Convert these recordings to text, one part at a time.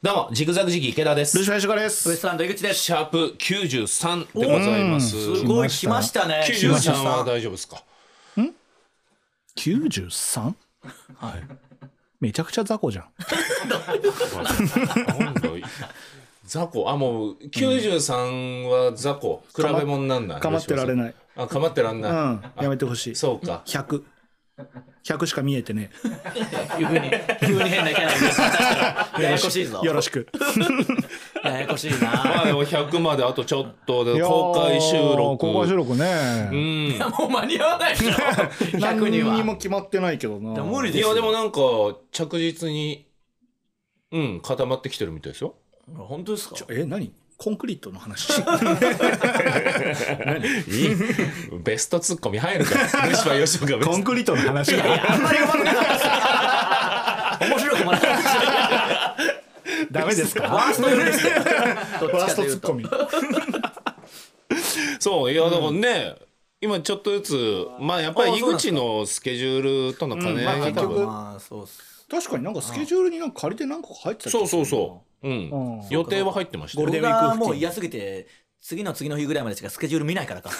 どうもジグザグジギー池田ですルシファーシュガですウエストランド井口です。シャープ93でございますすごい来ましたね。 93は大丈夫ですか 93? はいめちゃくちゃ雑魚じゃんなんだ 雑魚あもう93は雑魚比べ物になんないかまってられいないあかまってらんない、うんやめてほしいそうか100100しか見えてね急に、急に変なキャラになったらややこしいぞ。よろしくややこしいまあな。でも100まであとちょっとで公開収録公開収録うねん もう間に合わないでしょ。100 何にには。も決まってないけどな無理いですよ。やでもなんか着実にうん固まってきてるみたいですよ本当ですかちょえ何コンクリートの話 ベストツッコミ入るから虫歯吉岡ベコスントクリートの話があんまりうまくなかったです。面白くもなかったです。 ダメですワかーストよりでしたよ。どフっァーちかとストいツうッコと。ミそういやだからね、今ちょっとずつまあやっぱり井口のスケジュールとの兼ね合いまあが結多局分、まあ、そうっす。確かになんかスケジュールになんか借りて何個か入ってたそうそうそうう、うんうん予定は入ってましゴたールデよン僕ウがもうィーク付近嫌すぎて、次の次の日ぐらいまでしかスケジュール見ないからか。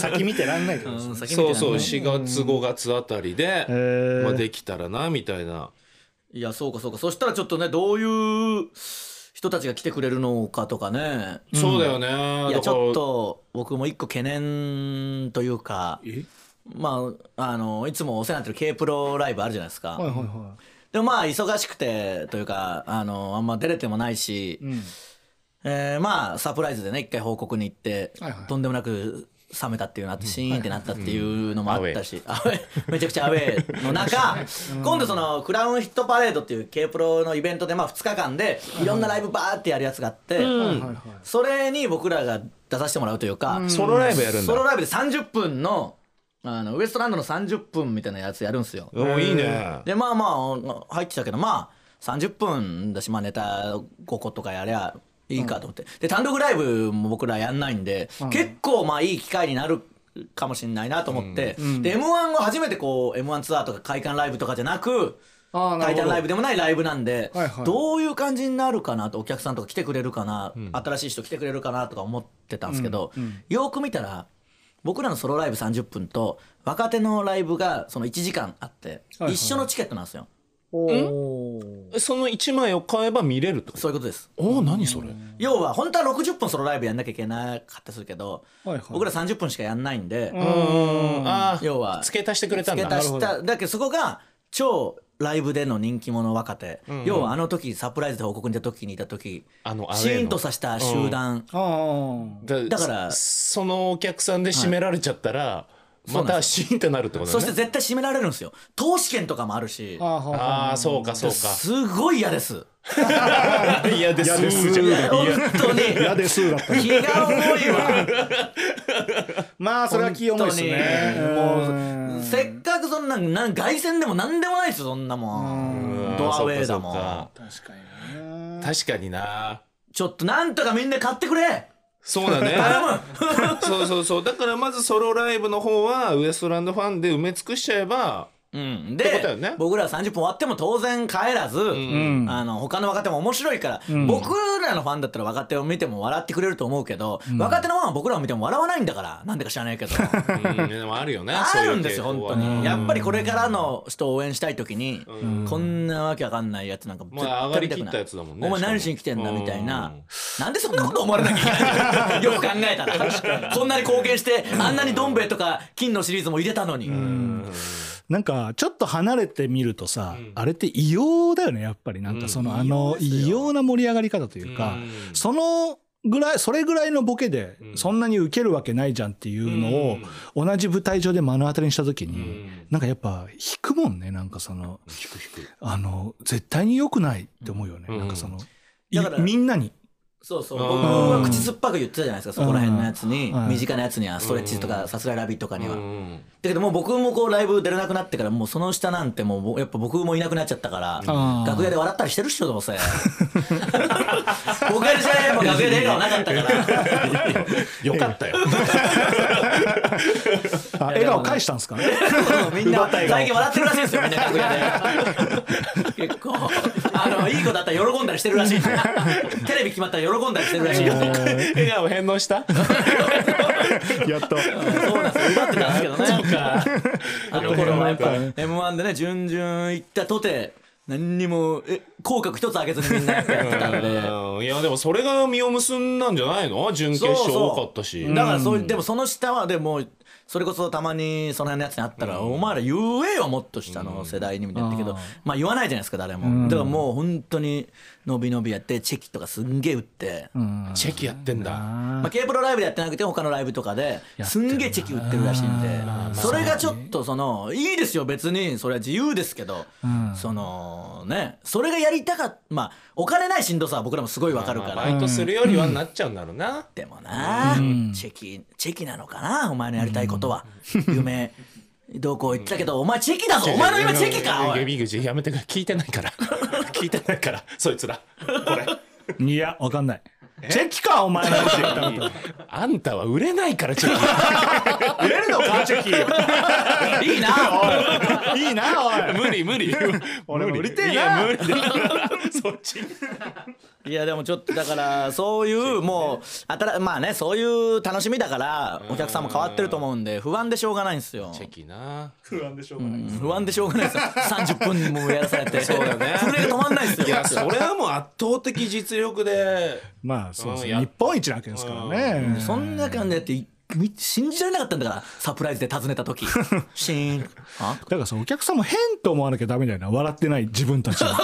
先見てらんないけどうん先見てそうらんそうない4月5月あたりで、ーまあ、できたらなみたいないや、そうかそうか。そしたらちょっとね、どういう人たちが来てくれるのかとかね。そうだよね、いだやかちらょっと僕も一個懸念というかえまああのいつもお世話になってる K プロライブあるじゃないですか、はいはいはでもまあ忙しくてというかあのあんま出れてもないし、いうんえーまあサプライズでね一回報告に行って、はいはいとんでもなく冷めたっていうなってシーンってなったっていうのもあったし、アウェーめちゃくちゃアウェーの中、今度そのクラウンヒットパレードっていう K プロのイベントでまあ2日間でいろんなライブバーってやるやつがあって、はいはいはいそれに僕らが出させてもらうというか、ソロライブやるんだソロライブで30分のあのウエストランドの30分みたいなやつやるんですよ。おいいねでまあまあ入ってたけどまあ30分だし、まあ、ネタ5個とかやりゃいいかと思って、で単独ライブも僕らやんないんで、結構まあいい機会になるかもしれないなと思って、で m 1を初めてこう m 1ツアーとか会館ライブとかじゃなくあーなるほどタイタンライブでもないライブなんで、はいはいどういう感じになるかなとお客さんとか来てくれるかな、新しい人来てくれるかなとか思ってたんですけど、よく見たら僕らのソロライブ30分と若手のライブがその1時間あって、はいはい一緒のチケットなんですよおーその1枚を買えば見れるってことそういうことですおお何それ要は本当は60分ソロライブやんなきゃいけなかったりするけど、はいはい僕ら30分しかやんないんで、うんあー要は付け足してくれたん付だけ足しなるただけどそこが超ライブでの人気者若手、要はあの時サプライズで報告にいた時にいた時あのアウェーのシーンとさした集団、あーだだからそそのお客さんで締められちゃったら、いまたシーンってなるってことだそよねして絶対締められるんですよ投資券とかもあるしあーはーはーああそうかそうかすごい嫌です嫌です嫌ですじゃん嫌本当に嫌ですだった気が重いわまあそれは気重いですね本当にもうせっかくそんななん凱旋でもなんでもないですよそんなもんドアウェイだもそうかんそうか確かにね確かになちょっとなんとかみんな買ってくれそうだねそうそうそうだからまずソロライブの方はウエストランドファンで埋め尽くしちゃえばうん、ってこでとよね僕ら30分終わっても当然帰らず、あの他の若手も面白いから、僕らのファンだったら若手を見ても笑ってくれると思うけど、若手のファンは僕らを見ても笑わないんだからなんでか知らないけどうんでもあるよねあるんですよそういう本傾向当はにやっぱりこれからの人を応援したい時に、こんなわけわかんないやつなんか絶まあ上が対見たりきくっなたいやつだもんねお前何しに来てんだみたいな、なんでそんなこと思われなきゃいけないの よく考えたらこんなに貢献してあんなにどん兵衛とか金のシリーズも入れたのに、なんかちょっと離れてみるとさ、あれって異様だよねやっぱりなんかその、あの異様な盛り上がり方というか、うんそのぐらいそれぐらいのボケでそんなにウケるわけないじゃんっていうのを同じ舞台上で目の当たりにした時に、なんかやっぱ引くもんねなんかその引く引くあの絶対に良くないって思うよね、なんかその、いだからみんなにそうそう僕は口酸っぱく言ってたじゃないですかそこら辺のやつにうん身近なやつにはストレッチとかさすらいラビとかにはうだんけどもう僕もこうライブ出れなくなってからもうその下なんてもうやっぱ僕もいなくなっちゃったからー楽屋で笑ったりしてるっしょどうせ僕が知らないも楽屋で笑顔なかったから よかったよ。 あ笑顔返したんですか みんな最近笑ってるらしいですよみんな楽屋 で結構あのいい子だったら喜んだりしてるらしい テレビ決まったら喜んだりしてるらしいそう笑顔返納した。やっと。なんですよ奪ってたんですけどねあの頃はやっぱう M1 でね、準々行ったとて、何にも、え、口角一つ上げずにみんなやってたんで。いやでもそれが実を結んだんじゃないの？準決そう勝そう多かったし。だからそういう、でもその下はでも、それこそたまにその辺のやつにあったら、お前ら言えよ、もっと下の世代にみたいな言ったけあど、まあ言わないじゃないですか、誰も。だからもう本当に、のびのびやって、チェキとかすんげえ打って。チェキやってんだ。まあ、K プロライブでやってなくて他のライブとかですんげえチェキ売ってるらしいんでそれがちょっとそのいいですよ別にそれは自由ですけど、そのねそれがやりたかっまあお金ないしんどさは僕らもすごいわかるから、バイトするよりはなっちゃうんだろうな。でもな、チェキチェキなのかなお前のやりたいことは、夢どうこう言ってたけど、お前チェキだぞお前の夢チェキかおい指口やめてくれ聞いてないから 聞いてないからそいつらこれ。いや、わかんない。チェキか、お前のやつ言ったのあんたは売れないからチェキ。売れるのか、チェキ。 いいなおいいいな、おい。 無理無理。俺も売りてえいなや無理 だ。そっち。いやでもちょっとだからそういうもうあたらまあねそういう楽しみだからお客さんも変わってると思うんで不安でしょうがないんですよチェキな。不安でしょうがない。不安でしょうがない ですよ30分もやらされてそうだね震えが止まんないですよいやそれはもう圧倒的実力で。まあ、そうですうんね。日本一なわけですからね。そんな感じだってい信じられなかったんだからサプライズで訪ねた 時シー ンあだからさ、お客さんも変と思わなきゃダメだよな。笑ってない自分たちは。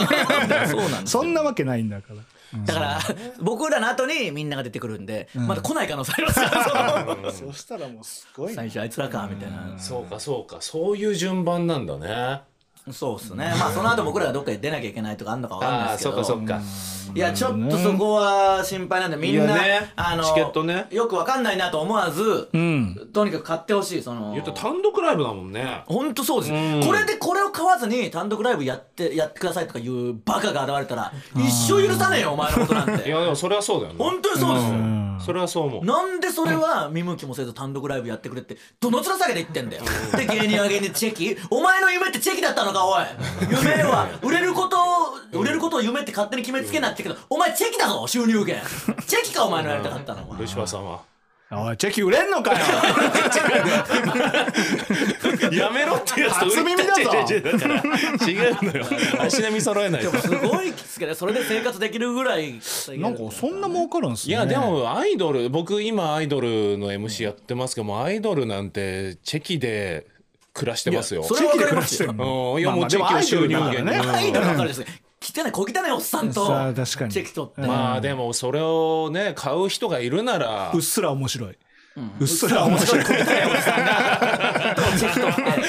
そうなんですそんなわけないんだから。だから僕らの後にみんなが出てくるんでまだ来ない可能性ありますから そのそしたらもうすごい最初あいつらかみたいなそうかそうかそういう順番なんだね。そうっすねまあその後僕らがどっかで出なきゃいけないとかあんのかわかんないああですそけうどかそうか。いやちょっとそこは心配なんでみんいな、やねあのチケットねよくわかんないなと思わず、とにかく買ってほしいその言ったら単独ライブだもんね。本当そうです、これでこれを買わずに単独ライブやってやってくださいとかいうバカが現れたら一生許さねえよお前のことなんいてやでもそれはそうだよね。本当にそうですよ、それはそう思う。なんでそれは見向きもせず単独ライブやってくれってどの面下げて言ってんだよで芸人は芸人チェキお前の夢ってチェキだったのかおい夢は売れることを売れることを夢って勝手に決めつけなってけどお前チェキだぞ収入源チェキかお前のやりたかったのはルシファーさんは。おい、チェキ売れんのかよ。やめろってやつと初耳だぞ違う違う違うだから違うのよ足並み揃えないでともすごいきつけどそれで生活できるぐらいなんか、そんな儲かるんすいね。やで、もアイドル僕今アイドルの MC やってますけどもうアイドルなんてチェキで暮らしてますよいやそれチェキでわかり暮らますしてんの。うんいやまあまもあうでチェアキをイド収ル入だからね源にアイドルわかるですね汚い小汚いおっさんとチさあ確かにェキ取ってまあでもそれをね買う人がいるならうっすら面白い。うっすら面白い。チェキ取って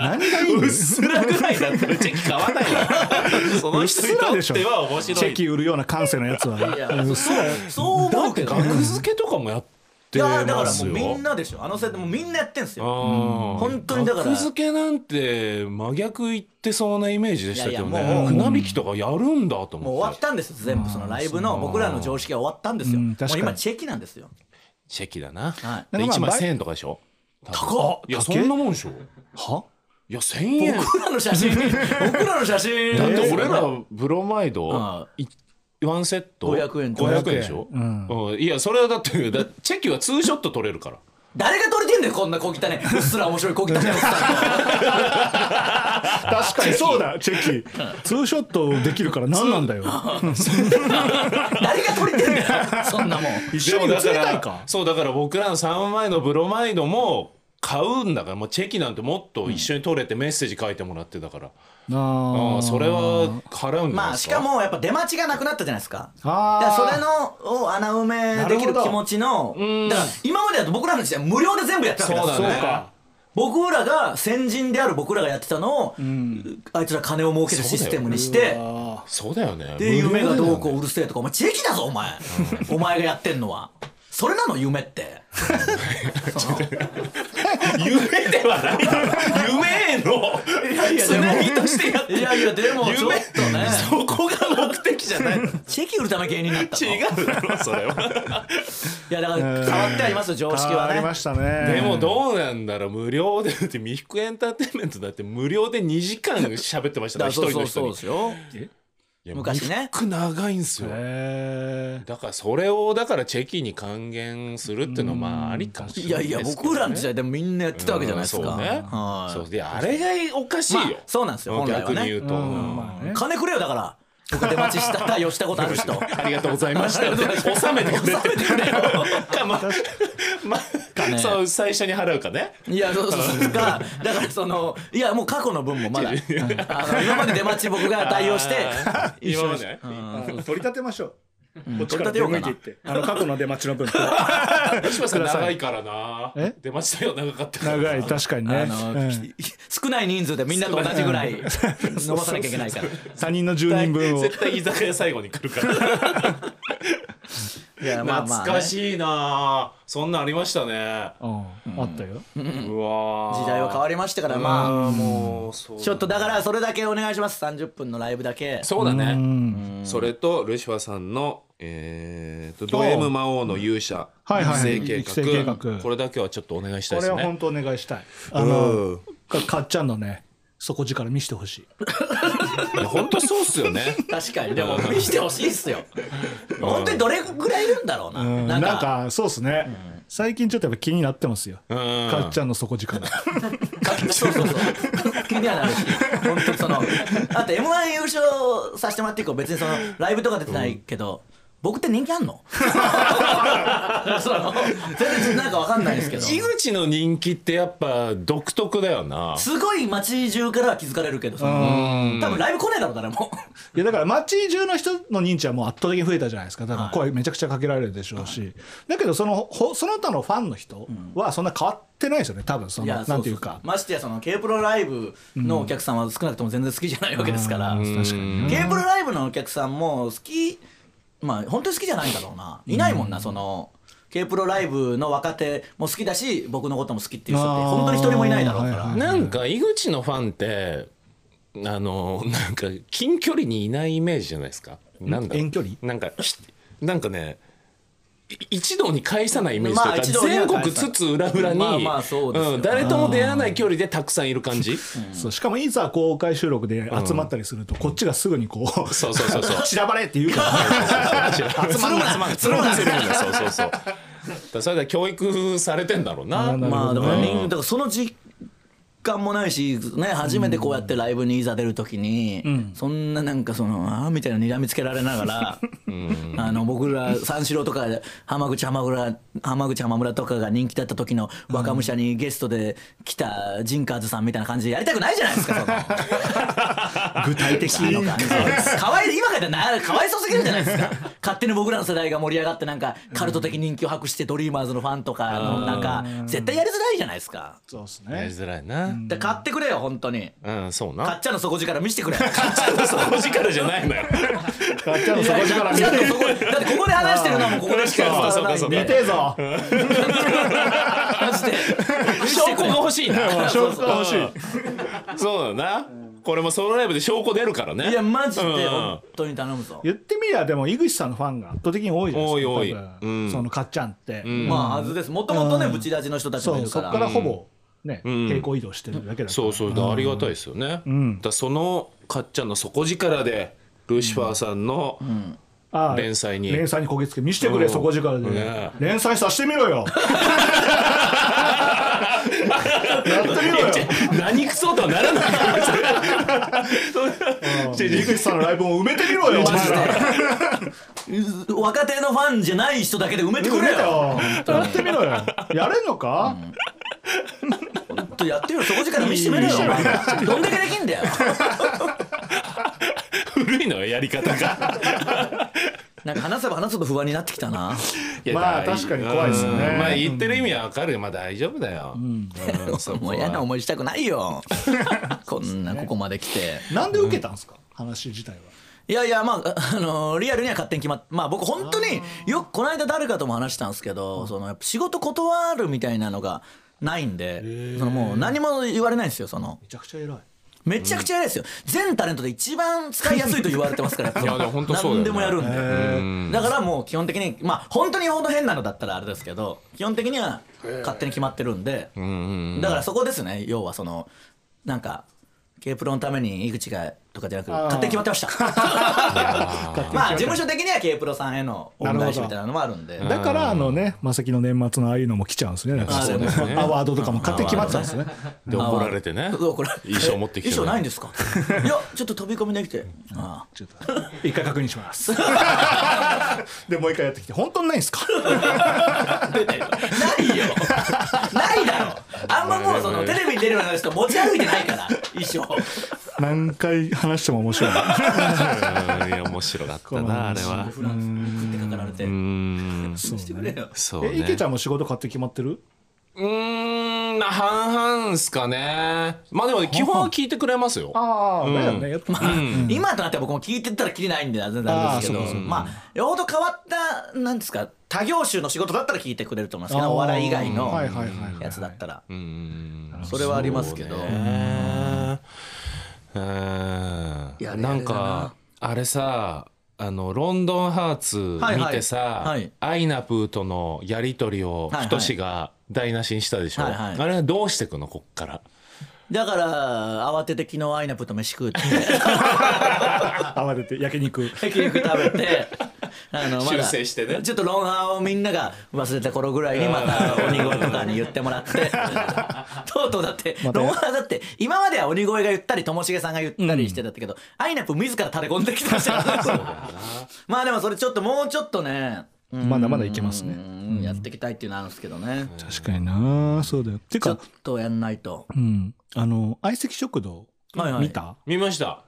何がいいんだよすらぐらいだったらチェキ買わないわそのうっ人すにらとでしっょ。ては面チ白いェキ売るような感性のやつは。いやそうそう思うけど額付けとかもやっていやだかまらすもうよみんなでしょあの世代もうみんなやってんすよあー本当にだから格付けなんて真逆言ってそうなイメージでしたけどいやいやねもう船引きとかやるんだともう思終わっってたんですよ全部そのライブの僕らの常識は終わったんですようんも確かうに今チェキなんですよチェキだな、はでなんか1まあ枚1000円とかでしょ高っいやそんなもんでしょはいや1000円僕らの写真僕らの写真だって俺らブロマイドあいワンセット500円500円でしょ、うんうんいやそれはだってだチェキはツーショット取れるから誰が撮れてんだよこんな小汚ねうっすら面白い小汚ねおっさんと確かにそうだ、チェキ。ツーショットできるから何なんだよ。誰が撮れてんだよそんなもん一で緒もに映だりかたいらか。そうだから僕らの3枚のブロマイドも買うんだからもうチェキなんてもっと一緒に取れてメッセージ書いてもらってだから、あうん、それは払うんじゃないまあでしすかかもやっぱ出待ちがなくなったじゃないですかあだーからそれのを穴埋めできなるほるど気持ちのだから今までだと僕らの時代無料で全部やってたそうわけだだね僕らが先人である僕らがやってたのをあいつら金を儲けるシステムにしてあなそうだよねで夢がどうこうううるせえとかお前地域だぞお前お前がやってんのはそれなの夢って 夢ではないだろ夢へのいやいやつでもなぎとしてやっていやいやでもちょっとねそこが目的じゃない違地域売るため芸人になったのいうだろそれはやだから触ってありますよ常識あはりねましたね。でもどうなんだろう無料でだって未服エンターテインメントだって無料で2時間喋ってましただかからら一そう人そのう人そうにですよいや昔ね未服長いんすよへーだからそれをだからチェキに還元するっていうのはまあありかもしいれやないいですやけど、ね、僕らの時代でもみんなやってたわけじゃないですかうんそうねはいそうであれがおかしいよ、まあそうなんですよ本来は逆ねに言うと、うんまあね金くれよだから僕出待ちした対応したことあ る人ありがとうござい ましたって 収めてくれてかままねそう最初に払うかねいやそうそうそうがだからそのいやもう過去の分もまだあの今まで出待ち僕が対応してあー一緒に 今まで取り立てましょう。こっち取り立てようかなって。あの過去の出待ちの 分。吉村さん長いからなえ出ましたよ長かったから長い確かにあね。のうん 少ない人数でみんなと同じぐらい伸ばさなきゃいけ ないから他人の10人分を。絶対居酒屋最後に来るからいやまあまあ懐ねかしいなそんなんありましたねうんあったよ。うわー時代は変わりましたからまああーもうそうちょっとだからそれだけお願いします30分のライブだけそうだうねんそれとルシファーさんのえーとおド M 魔王の勇者はいはい育育成計成計画画これだけはちょっとお願いしたいこでれすはね本当お願いしたい。あの、うんかかっちゃんのね、底力見せてほしい。いや本当そうっすよね確かにでも見してほしいっすよ本当にどれぐらいいるんだろうなうんななんんかか、そうですね。最近ちょっとやっぱ気になってますよ。うんかっちゃんの底力。そうそうそう気にはなるし本当にそのあと m 1優勝させてもらって以降別にそのライブとか出てないけど、僕って人気あんのその全然なんかわかんないですけど井口の人気ってやっぱ独特だよな。すごい街中からは気づかれるけどその多分ライブ来ねえだろう誰もいやだから街中の人の認知はもう圧倒的に増えたじゃないですかだから声めちゃくちゃかけられるでしょうし、だけどそのほその他のファンの人はそんな変わってないですよね多分そいのやなんていうかそそましてやその K プロライブのお客さんは少なくとも全然好きじゃないわけですから、確かに K プロライブのお客さんも好きまあ本当に好きじゃないんだろうないないもんな、その K プロライブの若手も好きだし僕のことも好きっていう人ってあー本当に一人もいないだろうから、はいはいなんか井口のファンって、あの、なんか近距離にいないイメージじゃないですか。なんだろう遠距離なんか、ひなんかね、い一堂に返さないイメージとまあ一いうか、堂には全返さ国ない津々浦々に、まあまあそうですよねん誰とも出会わない距離でたくさんいる感じ。そうしかもいざ公開収録で集まったりすると、こっちがすぐにこうそうそうそうそう。 散らばれって言うから 集まんな 集まんな集まんな集まんなそうそうそう。だからそれで教育されてんだろうな。なるまほあだどからね人だからその実感もないし、ね、初めてこうやってライブにいざ出る時に、そんななんかそのああみたいなのにらみつけられなが ら、あの僕ら三四郎とか浜口浜村浜口浜村とかが人気だった時の若武者にゲストで来たジンカーズさんみたいな感じでやりたくないじゃないですかそ の 具体的なのかかわい今からなかわいそうすぎるじゃないですか勝手に僕らの世代が盛り上がってなんかカルト的人気を博してドリーマーズのファンとかのなんか絶対やりづらいじゃないですかそうですやりねづらいな。だから買ってくれよ本当にうん、そうな。かっちゃんの底力見せて くれかっ 底力じゃないのよ。かっちゃんの底力見ちてゃんの底だってここで話してるのはもうここでしか伝わら ないそうかそうかそんうでか見てえぞマジで証拠が欲しいな。証拠が欲しいそうだな。これもソロライブで証拠出るからね。いやマジでうん本当に頼むぞ言ってみりゃでも井口さんのファンが圧倒的に多いじゃないですか多い多い多う分んそのかっちゃんって、まあはずですもともとねうんブチラジの人たちもいそうるかそこらからほぼね、ん平行移動してるだけだからそうそう、だからありがたいですよね。だからそのかっちゃんの底力で、ルシファーさんの。ああ連載に連載にこぎつけ見してくれ、うん底力で、ね連載させてみろ よやってみろよ何クソとはならない。井口さんのライブも埋めてみ ろよママジジででう若手のファンじゃない人だけで埋めてくれよやってみろよやれんのか、ちょっとやってよ底力見せてみろよお前らどんだけできんだよ古いのよ、やり方が。なんか話せば話すほど不安になってきたないや まあだい確かに怖いですよねうんまあ、言ってる意味はわかる、まあ、大丈夫だよ。うんそこもはう嫌な思い したくないよこんなここまで来てなんで受けたんですか、話自体はいやいやまああのリアルには勝手に決まってまあ僕本当によくこの間誰かとも話したんですけどそのやっぱ仕事断るみたいなのがないんでそのもう何も言われないんですよそのめちゃくちゃ偉いめちゃくちゃ偉いですよ、全タレントで一番使いやすいと言われてますから いやでも本当そ何うだよねでもやるんで、ーだからもう基本的にまあ本当にほど変なのだったらあれですけど基本的には勝手に決まってるんで、うんうんだからそこですね要はそのなんか K プロのために井口がとかじゃなくあー勝手に決まってました まあ事務所的には K プロさんへの恩返しみたいなのもあるんでだからあのねまさきの年末のああいうのも来ちゃうんですねなんかあそうですねアワードとかも勝手に決まってたんですねで怒られてねそうこれ衣装持ってきて衣装ないんですかいやちょっと飛び込みできてあちょっと一回確認します でもう一回やってきて本当にないんすか あ出てるないよないだろあんまもうそのテレビに出るような人持ち歩いてないから衣装 何回話しても面白いうんいや面白かったなあれはフランスってかかられてうんしてくれよそうえ池ねちゃんも仕事勝手に決まってるうーん半々っすかねまあでも基本は聞いてくれますよああだよねやっぱ今となっては僕も聞いてたらきりないんで全然あれですけあーそどうかそうかまあよほど変わったなんですか他業種の仕事だったら聞いてくれると思いますけあーどお笑い以外のはいはいはいはいやつだったらうんうんうんそれはありますけどそうねうんやれやれだななんかあれさあのロンドンハーツはい見はいてさ、はいアイナプーとのやり取りをはいはい太志が台無しにしたでしょ、はいはいあれはどうしてくのこっからだから慌てて昨日アイナプーと飯食うって 慌てて焼肉焼肉食べてあの修正してねちょっとロンハーをみんなが忘れた頃ぐらいにまた鬼越とかに言ってもらってとうとうだってまたロンハーだって今までは鬼越が言ったりともしげさんが言ったりしてたけど、アイナプー自ら垂れ込んできたじゃんまあでもそれちょっともうちょっとねうんまだまだいけますねうんやっていきたいっていうのはあるんですけどね確かになそうだよてちょっかとやんないとうんあの相席食堂はいはい見た見ました、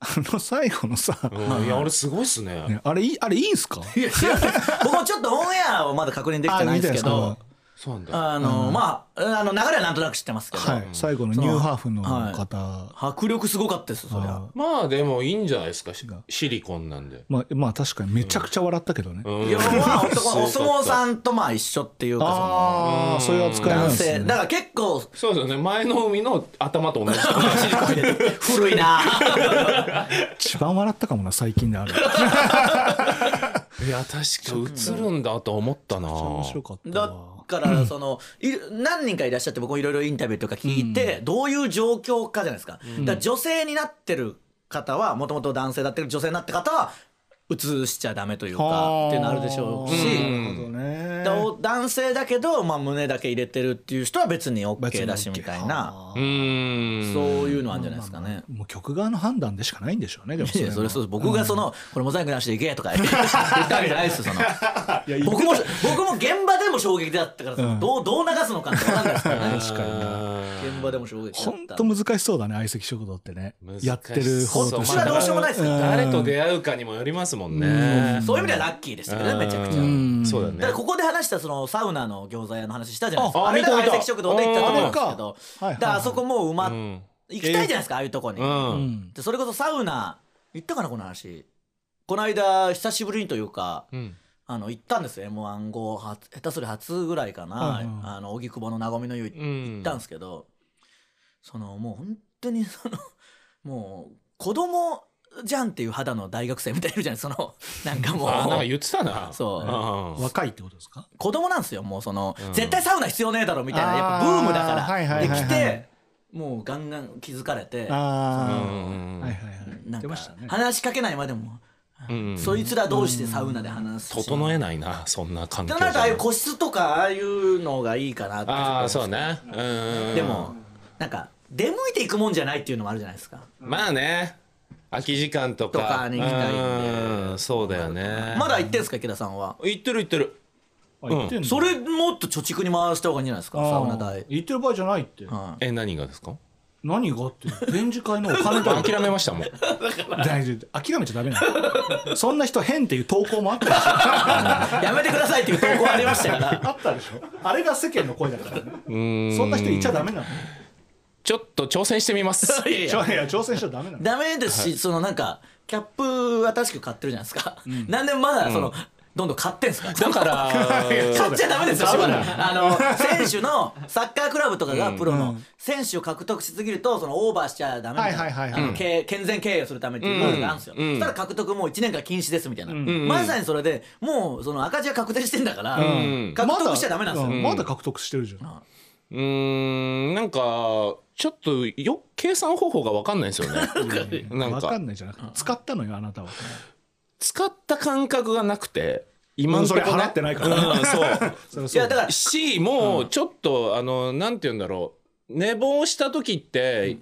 あの最後のさうん、いや俺すごいっすねねあれいいあれいいんすかいや知らない僕もちょっとオンエアをまだ確認できてないんですけあ見どてそうなんだよあのまああの流れはなんとなく知ってますけど、はい最後のニューハーフの方迫力すごかったですそりゃあまあでもいいんじゃないですかしシリコンなんで、まあまあ確かにめちゃくちゃ笑ったけどねうんいやまあ男 はおすご相かっ撲たさんとまあ一緒っていうかああそういうそ扱いのなん男です性ねだから結構そうですよね前の海の頭と同じ 古いな一番笑ったかもな最近である いや確か映るんだと思ったな面白かっただわからそのいる何人かいらっしゃって僕もいろいろインタビューとか聞いてどういう状況かじゃないですかだから女性になってる方はもともと男性だったけど女性になった方は映しちゃダメというかっていうのあるでしょうしはーなるほどねだお男性だけど、まあ、胸だけ入れてるっていう人は別に OK だしみたいなうーんそういうのあるんじゃないですかね。もう曲側の判断でしかないんでしょうねでもいやそれそうです僕がその、これモザイクなしでいけとか言ったわけじゃないですよそのいや僕も僕も現場でも衝撃だったから、そのどうどう流すのかって分かんないですからね確かにな現場でも衝撃だ本った当難しそうだね相席食堂ってね難しそうやってる方とこっしちてははどうしようもないですから、誰と出会うかにもよりますもんねそういう意味ではラッキーですよねめちゃくちゃ、うんそうだねだからここで話したそのサウナの餃子屋の話したじゃないですあかあれ見がた見た相席食堂で行ったと思うんですけどああれかはいはいはいだからあそこもう埋まっ、ん行きたいじゃないですかああいうとこに、うんでそれこそサウナ行ったかなこの話この間久しぶりにというかうんあの行ったんですよ m 1後初下手する初ぐらいかな、うんうんあの荻窪の和みの湯行行ったんですけど、そのもう本当にその もう子供じゃんっていう肌の大学生みたいないるじゃないそのなんかもう あなんか言ってたなそううん若いってことですか子供なんですよもうその、うん絶対サウナ必要ねえだろみたいなやっぱブームだから、あーはいはいはいはいで来てもうガンガン気づかれてうああんはいはいはいなん出かましたね話しかけないまでも、うんそいつら同士でサウナで話すし整えないなそんな環で境もなんかああいう個室とかああいうのがいいかなってああそうねうんでもなんか出向いていくもんじゃないっていうのもあるじゃないですか、まあね空き時間とかとかに行きたいんでうんそうだよねまだ行ってんすか池田さんは行ってる行ってるあ言ってんのそれもっと貯蓄に回した方がいいんじゃないですかあーサウナ 代言ってる場合じゃないってはいえ何がですか何がって展示会のお金 と諦めましたもん 大丈夫諦めちゃダメな のそんな人変っていう投稿もあったでしょやめてくださいっていう投稿ありま したからあったでしょあれが世間の声だからねうんそんな人いちゃダメなのちょっと挑戦してみます。 いやいちょやいや挑戦しちゃダメな のダメですし、そのなんかキャップ新しく買ってるじゃないですか、なんでまだその、どんどん買ってんすかだから、買っちゃダメですよ、ダメ柴だよ田あの、選手の、サッカークラブとかがプロの、選手を獲得しすぎると、その、オーバーしちゃダメみたはいはいいはいなはあいの経営健全経営をするためっていうルールがあるんですよ。うそんしたら獲得もう1年間禁止ですみたいな。まさにそれで、もう、その赤字が確定してんだからん、獲得しちゃダメなんですよ。まだ,、うんまだ獲得してるじゃん、うーん、なんか、ちょっとよ計算方法が分かんないんですよ ね。なん分かかんないじゃなくて使ったのよあなたは使った感覚がなくて、今うんのそとれころ、ね、払ってないからうん、そう。そりゃいそうや、だだから、しもうちょっと、あのなんて言うんだろう寝坊した時って、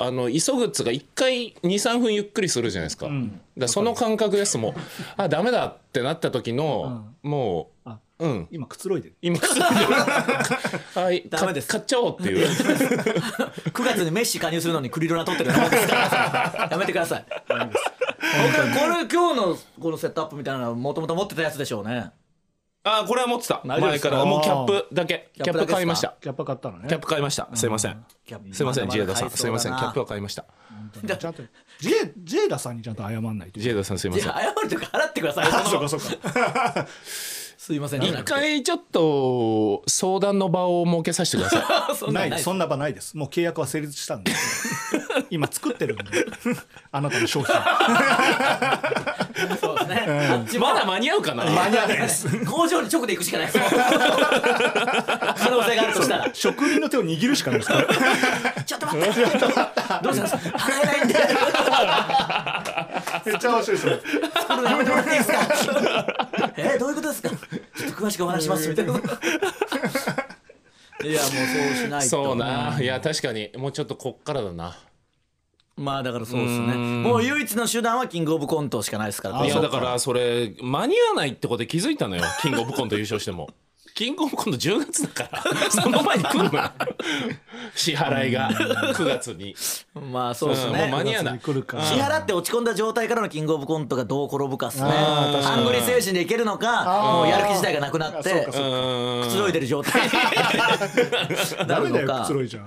あの急ぐっつが1回23分ゆっくりするじゃないですか,、だからその感覚ですもうあダメだってなった時の、もあううん今くつろいでる今はいダメですか買っちゃおうっていう9月にメッシ加入するのにクリロナ取ってるようなもんですから、やめてください。僕はこれ、今日のこのセットアップみたいなの、もともと持ってたやつでしょうね。 あこれは持ってた大丈夫前ですかからもうキャップだけキキャッャプだけですかップ買いましたキャッパ買ったのねキャップ買いましたすいませんキャップすいませんまジだェまイだダさん買いすそいうだまなせんキャップは買いましたちゃんとジェジェイダさんにちゃんと謝んないとジェイダさんすいまじせんゃあ謝るとか払ってください。 あそうかそうかすいません。一回ちょっと相談の場を設けさせてくださ いそんなないない。そんな場ないですもう契約は成立したんで今作ってるんであなたの商品そうですね。あっちも まだ間に合うかな間に合わないです 工場に直で行くしかないです。可能性があるとしたら。 職人の手を握るしかないですからちょっと待って。どうしたんですか。払えないんで。めっちゃ面白いですね作るのやめてもらっていいですか。えどういうことですか。ちょっと詳しくお話しますみたいな。いやもうそうしないと。そうな、いや確かにもうちょっとこっからだな。まあだからそうですね。もう唯一の手段はキングオブコントしかないですから。いこやれだからそれ間に合わないってことで気づいたのよ。キングオブコント優勝しても。キングオブコント10月だから その前に来るな。支払いが9月に。まあそうですうんね。もう間に合わない。来るから支払って落ち込んだ状態からのキングオブコントがどう転ぶかっすねあー確かハにングリー精神でいけるのかあーもうやる気自体がなくなっあそうてかくそううんつろいでる状態ダメだなるのよくかつろいじゃん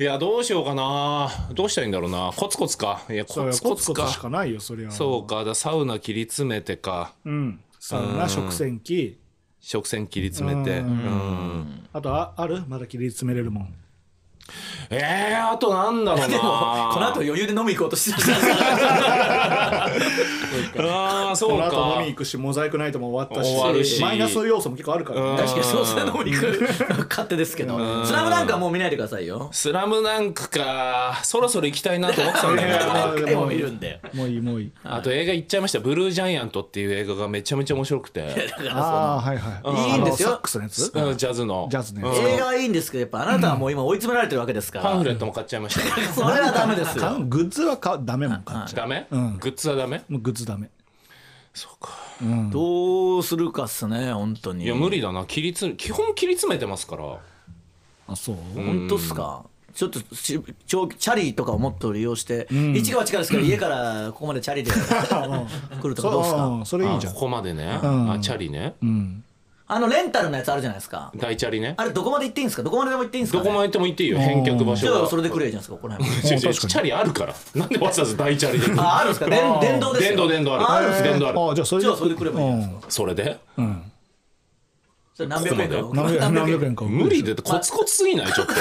いやどうしようかな。どうしたらいいんだろうな。コツコツか。いやそコりゃツココツツコツしか。かないよそりゃそうか。だからサウナ切り詰めてか。うんサウナ食洗機食洗切り詰めて。ううん。あとああるまだ切り詰めれるもんえー、あとなんだろう な。でもこの後余裕で飲み行こうとしてたんですからああそこうのか。後飲み行くしモザイクナイトも終わったし終わるしマイナスの要素も 結構あるからね、うん確かにそうする飲み行く勝手ですけどスラムなんかもう見ないでくださいよスラムダンクかそろそろ行きたいなと思ってたんだよ あー何回も見るんだよもういいもういいあと映画行っちゃいました「ブルージャイアント」っていう映画がめちゃめちゃ面白くてだからああはいはいいいんですよあのサックスのやつうんジャズのジャズねうん映画はいいんですけどやっぱあなたはもう今追い詰められてるわけですかパンフらレットも買っちゃいました それはダメです買ようグッズは買うダメもん買っちゃダメ、うんグッズはダメうもうグッズダメそうかどうするかっすね本当にいや無理だな切りつ基本切り詰めてますからあそう本当っすかちょっとし長期チャリとかをもっと利用して、一か八かですけど家からここまでチャリで来るとかどうっすそかうそれいいじゃあんここまでね、んあチャリね、あのレンタルのやつあるじゃないですか大チャリねあれどこまで行っていいんですかどこまででも行っていいんですか、どね、こまで行っても行っていいよ返却場じ所ゃあはそれで来るじゃないですかこの辺まで違う違確うかにチャリあるからなんでわざわざ大チャリでああるんですか電電動です電よ動電動ああるんるです電動あるあじゃあそれじゃあそれで来ればいいじゃないですかそれでそれ何百円かこ何百何百円かか無理でコツコツすぎないちょっと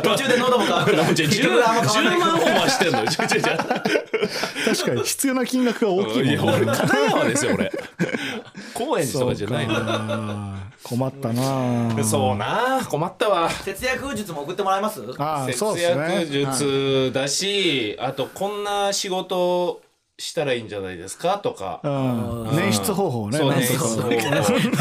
途中で喉も乾くから じゃあ結局あんま変わら10ない万オーバーしてんの。じゃじゃじゃ。確かに必要な金額が大きいいやもん俺ね片山ですよ俺。高円寺とかじゃないの。あー困ったなあそうなあ困ったわ。節約術も送ってもらえますあーそう節です約ね術だし、あとこんな仕事したらいいんじゃないですかとうか。ん捻出方法ねそうなんね。とか そうめ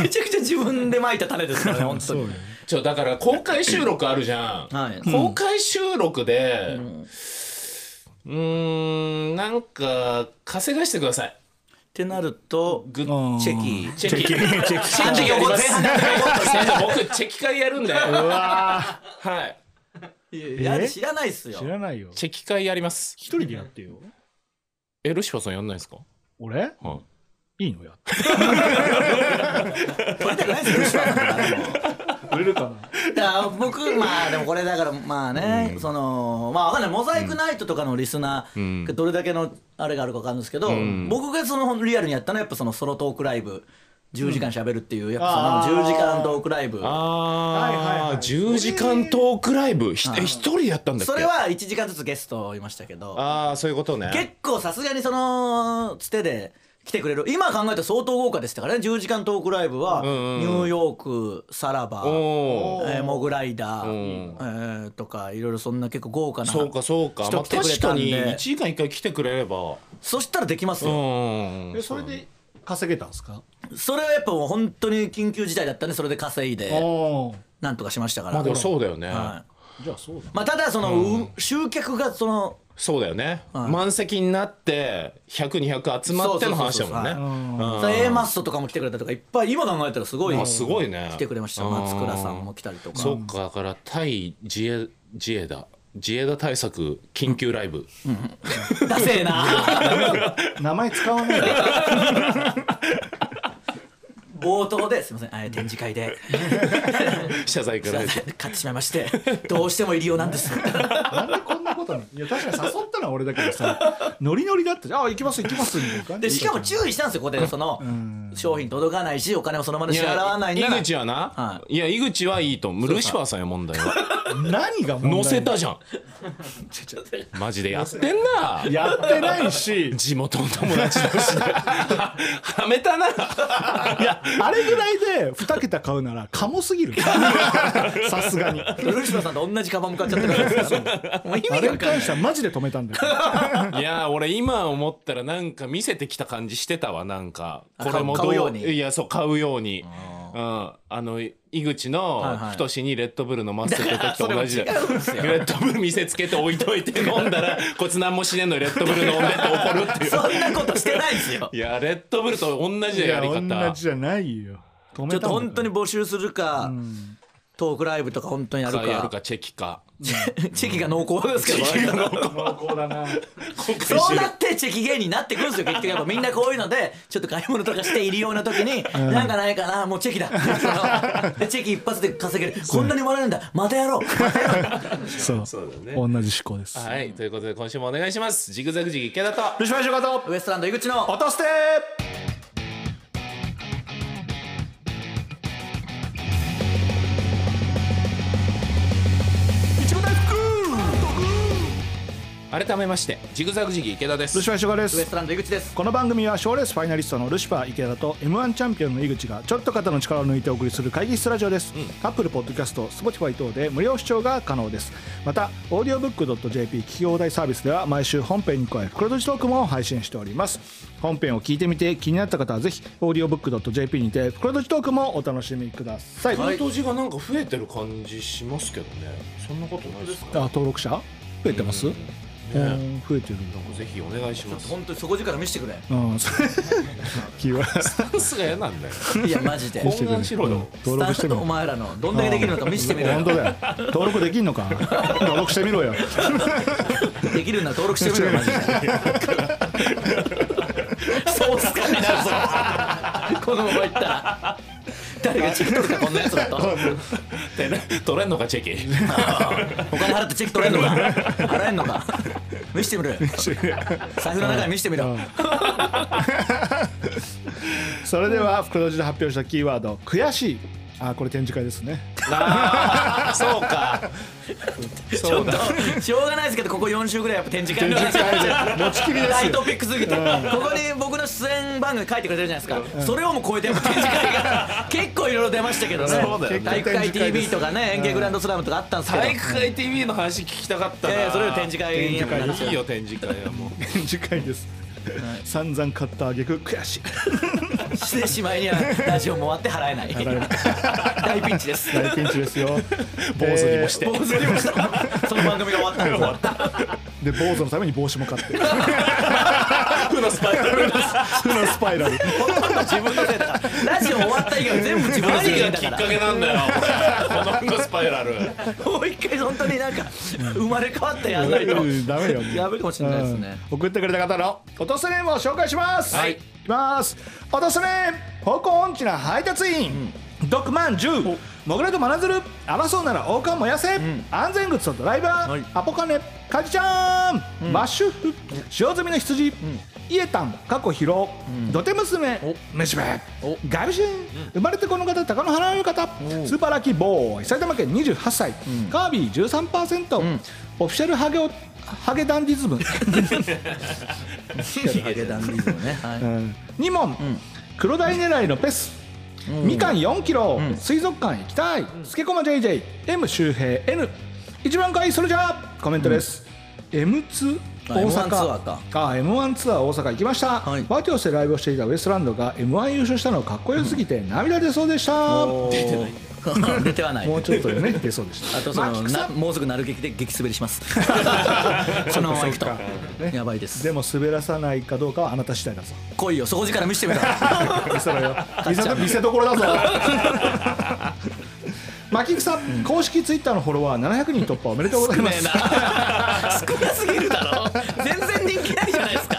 ちゃくちゃ自分でまいた種ですからね本当にちょだから公開収録あるじゃん。はい公開収録で、うーんなんか稼がしてください。ってなるとグッうんチェキチェキ。チェキ。チェキ。チェキやりまチす。ェキ先生僕チェキ会やるんで。はい。いやえ知らないっすよ知らないよチェキ会やります。一人でやってよえ、ルシファーさんやんないですか。俺はいいのやって取りたくないですよルシファーなんか誰も売れるかだなから僕まあでもこれだからまあね、そのまあわかんないモザイクナイトとかのリスナーがどれだけのあれがあるかわかんないですけど、僕がそのリアルにやったのはやっぱそのソロトークライブ10時間しゃべるっていう、やっぱそのあー10時間トークライブはああ、いはいはい10時間トークライブひ一人でやったんだっけそれは1時間ずつゲストいましたけどああそういうことね結構さすがにそのつてで来てくれる今考えたら相当豪華でしたからね10時間トークライブは、んうんニューヨークさらば、おーえーモグライダー、うんえーとかいろいろそんな結構豪華なそうかそうか、ま人あ、来てくれ確たかんにで、 1時間1回来てくれればそしたらできますうよ、んえそれで稼げたんですかそれはやっぱもう本当に緊急事態だったんでそれで稼いでおーなんとかしましたから、まあでもそうだよね、はいじゃあそうだまあ、ただその、う集客がそのそうだよね、はい満席になって100200集まっての話だもんねそううそんうんその A マッソとかも来てくれたとかいっぱい今考えたらすごい、あすごいね来てくれましたうん松倉さんも来たりとかそっかだから対自衛自衛だ自衛だ対策緊急ライブ、ダセえな名前使わないで冒頭ですいませんえー展示会で謝罪から 出て買ってしまいましてどうしても入りようなんですなんでこんなことにいや確かに誘ったのは俺だけどさノリノリだったじゃんあ行きます行きますみたいな感じでしかも注意したんですよここでその商品届かないしお金をそのままい支払わないな井ら口はな、、はいや井口はいいと思うルシファーさんや問題は何が問題載せ たじゃんマジでやってんなやってないし地元の友達同士でははめたないやあれぐらいで2桁買うならカモすぎるさすがにあルシファーさんと同じカバンも買っちゃってるからですからもう意味がれ分かんに関ないしてはマジで止めたんだよいやー俺今思ったらなんか見せてきた感じしてたわなんかあこれも買う買うどようにいやそう買うようにうん、あの井口はいのはい太にレッドブル飲ませてた時と それも同じだよ違うんですよレッドブル見せつけて置いといて飲ん だらこいつ何もしねえのにレッドブル飲んでって怒るっていうそんなことして ないですよいやレッドブルと同じだよやりいや同方じじゃないよ止めちょったんとだから本当に募集するか、トークライブとか本当にやるかやるかチェキかチェキが濃厚ですけど濃厚だな今回そう終了なってチェキ芸人になってくるんですよ結局やっぱみんなこういうのでちょっと買い物とかして入り用な時に、 なんかないかなもうチェキだでチェキ一発で稼げるこんなに笑えるんだまたやろうま たやろうそうそうだね同じ思考ですはいということで今週もお願いしますジグザグジギ池田とルシファー翔太とウエストランド井口の落としていちご大福改めましてジグザグジギ池田ですルシファー翔太でウエすストランド井口ですこの番組は賞レースファイナリストのルシファー池田と m 1チャンピオンの井口がちょっと肩の力を抜いてお送りする会議室ラジオです、アップルポッドキャスト Spotify 等で無料視聴が可能ですまた audiobook.jp 聞き放題サービスでは毎週本編に加え袋閉じトークも配信しております本編を聞いてみて気になった方はぜひ audiobook.jp にて袋閉じトークもお楽しみください、封筒字がなんか増えてる感じしますけどねそんなことないですあか登録者増えてます、うん増えてるんだぜひお願いします本当に底力見せてく れうん それ気はダンスが嫌なんだよいやマジで懇願しろよ登録しスタてみンドよおう前らのどんだけできるのか見せてみろ本よ当だよ登録できん のか登録してみろよできるなら 登録してみろよマジで そうすかになるぞこのままいったら誰がチェキ取るかこんなやつだと ってね取れんのかチェキお金払ってチェキ取れんの か払えんのか見せてみろよ財布の中に見せてみろそれでは袋地で発表したキーワード悔しいあこれ展示会です ねああそうかちょっとしょうがないですけどここ4週ぐらいやっぱ展示会の持ちきりです大よトピックすぎてここに僕の出演番組書いてくれてるじゃないですかそれをも超えてやっぱ展示会が結構いろいろ出ましたけどそうだよねね体育会 TV とかね演芸グランドスラムとかあったんですけど体育会 TV の話聞きたかったいやいなやそれより展示会になっちゃういいよ展示会はもう展示会です、散々買った挙句悔しいしてしまいにはラジオも終わって払えないられない 大ピンチです大ピンチですよ坊主にもし て坊主にもしたその番組が終わったんですで坊主のために帽子も 買って負のスパイラル負のスパイ ラルほとんど自分のせいだからラジオ終わった以外は全部自分の何責任がだかきっからけなんだよこれこの負のスパイラルもう一回本当になんか生まれ変わってやんないとうんダメよやべえかもしれないですねうん送ってくれた方の落とすネームを紹介しますはいきます落とすネーム香港音痴な配達員、ドクマン10モグラと真鶴争うなら王冠燃やせ、安全靴とドライバー、はいアポカネカジちゃん、マッシュフ使用済みの羊、イエタン過去疲労、土手娘虫べおガビシン、生まれてこの方高野花の方スーパーラッキーボーイ埼玉県28歳、カービィ13%、オフィシャルハゲオハゲダンディズムハゲダンディズムね。はい2問、黒鯛狙いのペス、みかん4キロ、ん水族館行きたい、スケコマ JJ M 周平 N 一番かいそれじゃあコメントです、M2 あ大 M1 阪ツアーかあ M1 ツアー大阪行きました、はいバティオスでライブをしていたウエストランドが M1 優勝したのがかっこよすぎて涙出そうでした、出てない。出てはないも。うちょっとでね出そうでし たあとそまのあ菊さなんもうすぐなる劇で激滑りし ます。そのまま行くとやばいですで。も滑らさないかどうかはあなた次第だぞ来いよ底力見せてみた。見せろよ見せ見せどころだ ぞマキクさん、公式ツイッターのフォロワー700人突破おめでとうございます少なすぎるだろ。全然人気ないじゃないですか。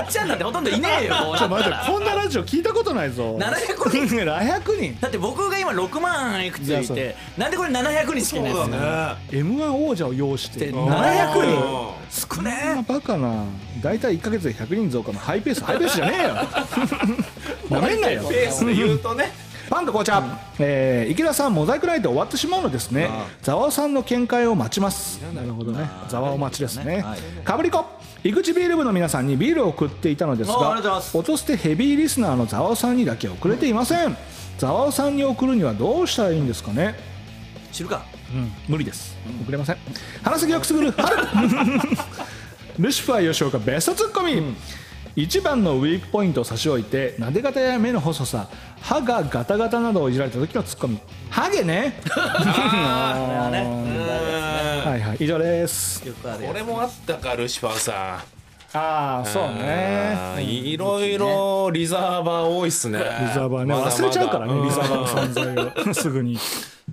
か っちゃんなんてほとんどいねえよ。こうちなょった待ってらこんなラジオ聞いたことないぞ700人。 700人だって僕が今6万いくついいやてなんでこれ700人しかいないんですか m 1王者を擁してで700人人少そんなねバカな大体1か月で100人増加のハイペースハイペースじゃね えよなめんなよペースで言うとねパンと紅茶、えー池田さんモザイクライト終わってしまうのですねざわさんの見解を待ちますなるほどねざわを待ちですね、はいかぶりこ井口ビール部の皆さんにビールを送っていたのですおーありががとうございます落としてヘビーリスナーのざわさんにだけ送れていませんざわさんに送るにはどうしたらいいんですかね知るか無理です、遅れません鼻先をくすぐる春ルシファー吉岡ベストツッコミ、一番のウィークポイントを差し置いて撫で方や目の細さ歯がガタガタなどをいじられた時のツッコミハゲねあれはねはいはい以上ですよくあるこよれもあったかルシファーさああそうんねあーいろいろリザーバー多いっすねリザリザーバーね忘れちゃうからねリザーバーの存 在をすぐに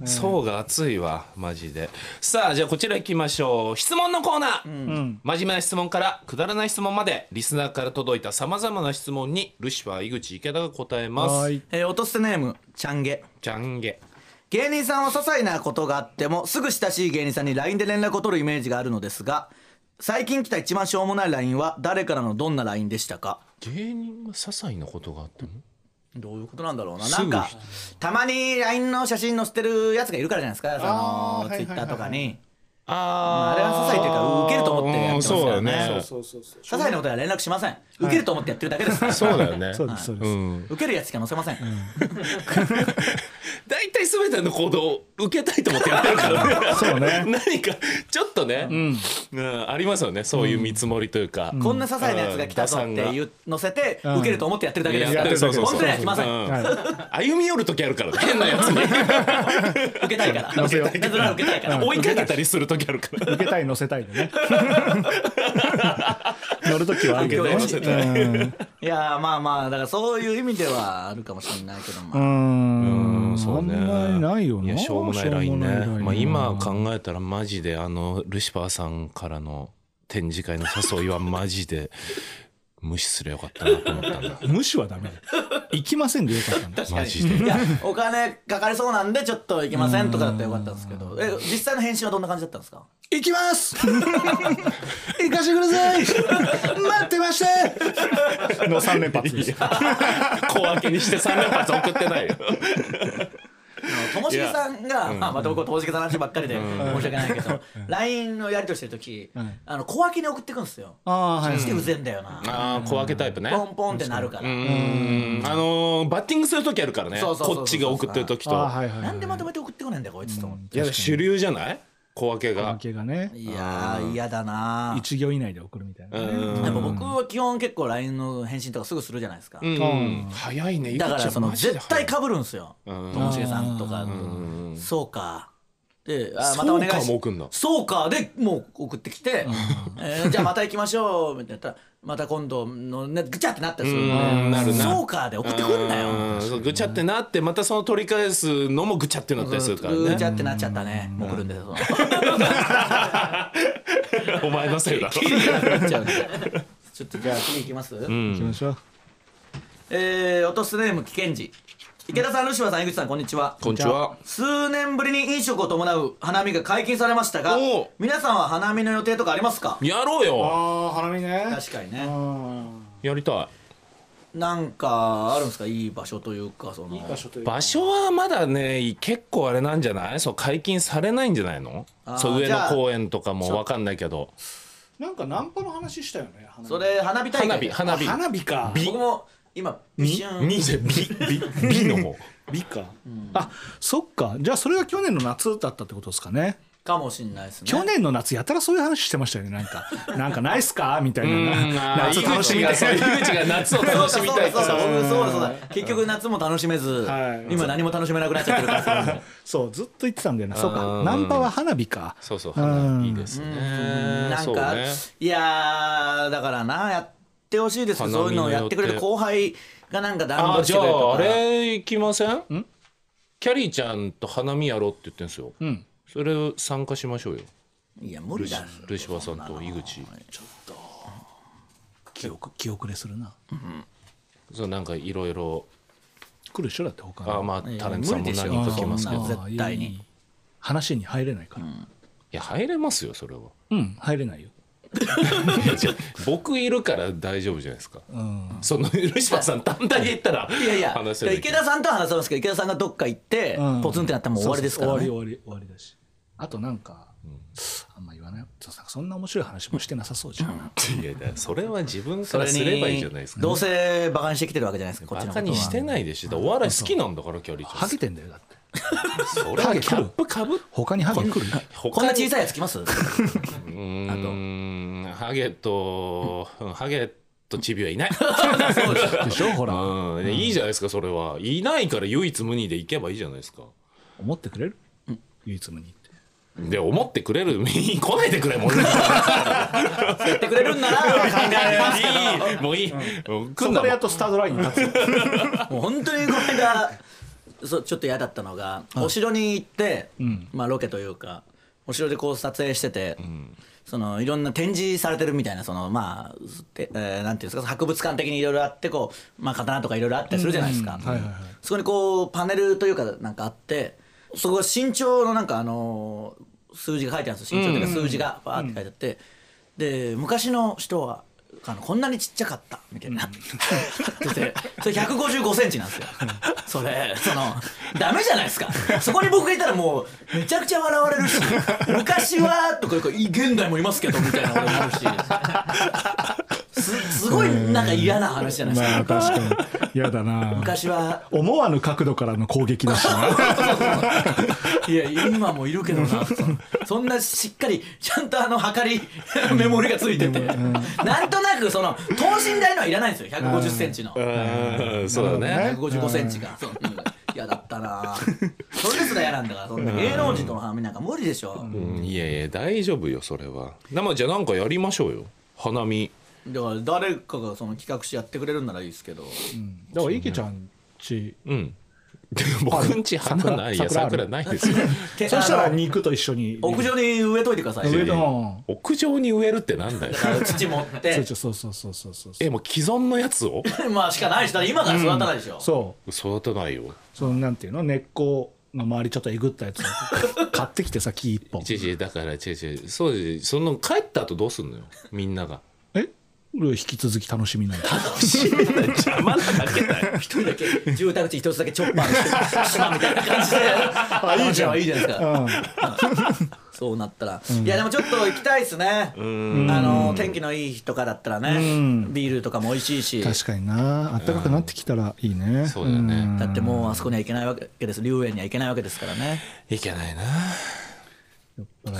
層が厚いわマジでさあじゃあこちら行きましょう質問のコーナー、真面目な質問からくだらない質問までリスナーから届いたさまざまな質問にルシファー井口池田が答えますはいえー、落とすネームちゃんげじゃんげ芸人さんは些細なことがあってもすぐ親しい芸人さんに LINE で連絡を取るイメージがあるのですが最近来た一番しょうもない LINE は誰からのどんな LINE でしたか芸人が些細なことがあってもどういうことなんだろうなすなぐんかたまに LINE の写真載せてるやつがいるからじゃないですかあーそのはいはいはい Twitter とかにああれは些細というか受けると思ってやってますからねうんそうそうそう些細なことは連絡しません受けると思ってやってるだけです、そうだよ ねそそううだよねですそうです、うん受けるやつしか載せません、大体全ての行動を受けたいと思ってやってるから ねそうね 何かちょっとね、うんありますよねそういう見積もりというか、こんな些細なやつが来たぞっうんていう載せてうん受けると思ってやってるだけですやからってるそうそうそ本う当には来ません、うんは歩み寄る時あるからね変なやつに受けたいから 受せよう けたいから受けたいから追いかけたりする時あるから受けたい乗せたいで ね乗るときはあるけどね乗せたうんいやーまあまあだからそういう意味ではあるかもしれないけどうも、ーん、そうねあんまりないよな。やしょうもないラしインょうもねないまあ、今考えたらマジであのルシファーさんからの展示会の誘いはマジで無視すりゃよかったなと思ったんだ無視はダメだ。行きませんでよかったんだ。マジでいやお金かかりそうなんでちょっと行きませんとかだったらよかったんですけどえ実際の返信はどんな感じだったんですか行きます行かしてくださ い 待ってまして の3連発です。小分けにして3連発送ってないよともしげさんが、まあ、また僕ともしげさんの話ばっかりで申し訳ないけど LINE のやり取りしてる時、んあの小分けに送ってくんですよああ、はいそし。てうぜんだよなああ小分けタイプねポンポンってなるから、うんあのーバッティングする時あるからねそうそうそうそうこっちが送ってる時ああ、とはいはい。なんでまとめて送ってこないんだよこいつと思って、いや主流じゃない小分けが関係がね、いやー嫌だな一行以内で送るみたいなね。うんでも僕は基本結構 LINE の返信とかすぐするじゃないですか、うん早いねだからその絶対かかぶるんすよともしげさんとかそうかであまたお願いそうかもし送んのそうかでもう送ってきて「えーじゃあまた行きましょう」みたいなやったらまた今度のねぐちゃってなったりするんでうんなるなそうかで送ってくんなようんそうぐちゃってなってまたその取り返すのもぐちゃってなったりするからぐちゃねってなっちゃったね送るんです よ お前 のせいだろなっちゃうんでちょっとじゃあ次行きます行きましょう。えー、落とすネーム危険児池田さん、ルシファーさん、江口さん、こんにちは。こんにちは。数年ぶりに飲食を伴う花見が解禁されましたがおう、皆さんは花見の予定とかありますかやろうよああ花見ね確かにね。やりたなんかあるんですかいい場所というかその場所といいう場所はまだね結構あれなんじゃないそう解禁されないんじゃないのあーそう上じ野ゃあ公園とかもわかんないけどなんかナンパの話したよね花それ花火大会花火花火火か僕も今一み瞬みでびびびの方美か、あそっかじゃあそれが去年の夏だったってことですかねかもしれないですね去年の夏やたらそういう話してましたよねな んかなんかないっすかみたい なあー夏楽しみたい井口がそう井口が夏を楽しみたいってそうだそうだそうさだ僕そうだそうだ結局夏も楽しめずはい今何も楽しめなくなっちゃってるからそうそうずっと言ってたんだよなそううかんナンパは花火かそうそううん花火いいですねなんそうかねいやーだからなやってほしいですけどそういうのをやってくれる後輩がなんか団あ子ーしじてゃくれるあとあかれ行きませんキャリーちゃんと花見やろうって言ってんすようんそれを参加しましょうよいや無理だルシファーさんと井口記憶記憶でするなそうなんかいろいろ来るでしょだって他あーのまあいやタレントさんも無理でしょ何人か来ますあけどそんいな絶対にいい話に入れないからや入れますよそれはうん、入れないよ僕いるから大丈夫じゃないですかうんそのルシファーさん単体で行ったらいやいや話せる池田さんとは話せますけど池田さんがどっか行ってうんポツンってなったらもう終わりですからそうねそう終わり終わり終わりだしあとなんか、あんま言わないそうなんかそんな面白い話もしてなさそうじゃん、いやいやそれは自分からすればいいじゃないですかどうせバカにしてきてるわけじゃないですかこっちのバこカとにはしてないでしょだからお笑い好きなんだからキャリーちゃハんゲてんだよだってそれはキャップかぶっ他にハゲ来る他こんにな小さいやつ来ますうーんハゲとうんハゲとチビはいないでしょほらうんいいじゃないですかそれはいないから唯一無二でいけばいいじゃないですか思ってくれる、唯一無二ってで思ってくれる 来ないでくれもういやってくれるん なら考えますけいもういいもう来そこんなでもやんっとスタートラインに立つど もう本当にこの間そうちょっと嫌だったのがお城に行ってまあロケというかお城でこう撮影しててそのいろんな展示されてるみたいなそのまあてえーなんていうんですか博物館的にいろいろあってこうまあ刀とかいろいろあったりするじゃないですかはいはいはいそこにこうパネルというかなんかあってそこが身長のなんかあのー数字が書いてあるんですよ身長というか数字がバーって書いてあって、で昔の人はあのこんなにちっちゃかったみたいな、っててそれ155センチなんですよそれそのダメじゃないですかそこに僕がいたらもうめちゃくちゃ笑われるし昔はとかこう現代もいますけどみたいな俺になるしすすごいなんか嫌な話じゃないですか、確かに嫌だな昔は思わぬ角度からの攻撃だしな いや今もいるけどな そんなしっかりちゃんとあの測り メモリがついてて なんとなくその等身大のはいらないんですよ1 5 0ンチのうんそうだね1 5 5ンチがそううん嫌だったなそれですら嫌なんだからそんな芸能人との花見なんか無理でしょうんいやいや大丈夫よそれはでもじゃあなんかやりましょうよ花見だから誰かがその企画してやってくれるんならいいですけどだから池ちゃんちうん でも僕んち花ないいや桜ある桜ないですよてそしたあらの肉と一緒に屋上に植えといてください上だかの屋上に植えるってなんだよら土持っ そうてそうそうそうそうそうえもう既存のやつをまあしかないしだから今から育たないでしょそう育てないよそのなんていうの根っこの周りちょっとえぐ ったやつを買ってきてさ木一本違う違うだから違う違うそうでその帰った後どうすんのよみんながえ俺引き続き楽し みなんだ邪魔なだけだよ一人だけ住宅地一つだけチョッパーして島みたいな感じで あいいじゃんいいじゃないですか、そうなったら、いやでもちょっと行きたいですねあの天気のいい日とかだったらねビールとかも美味しいし確かにな暖かくなってきたらいいねそうだよねんだってもうあそこには行けないわけです龍園には行けないわけですからねいけないな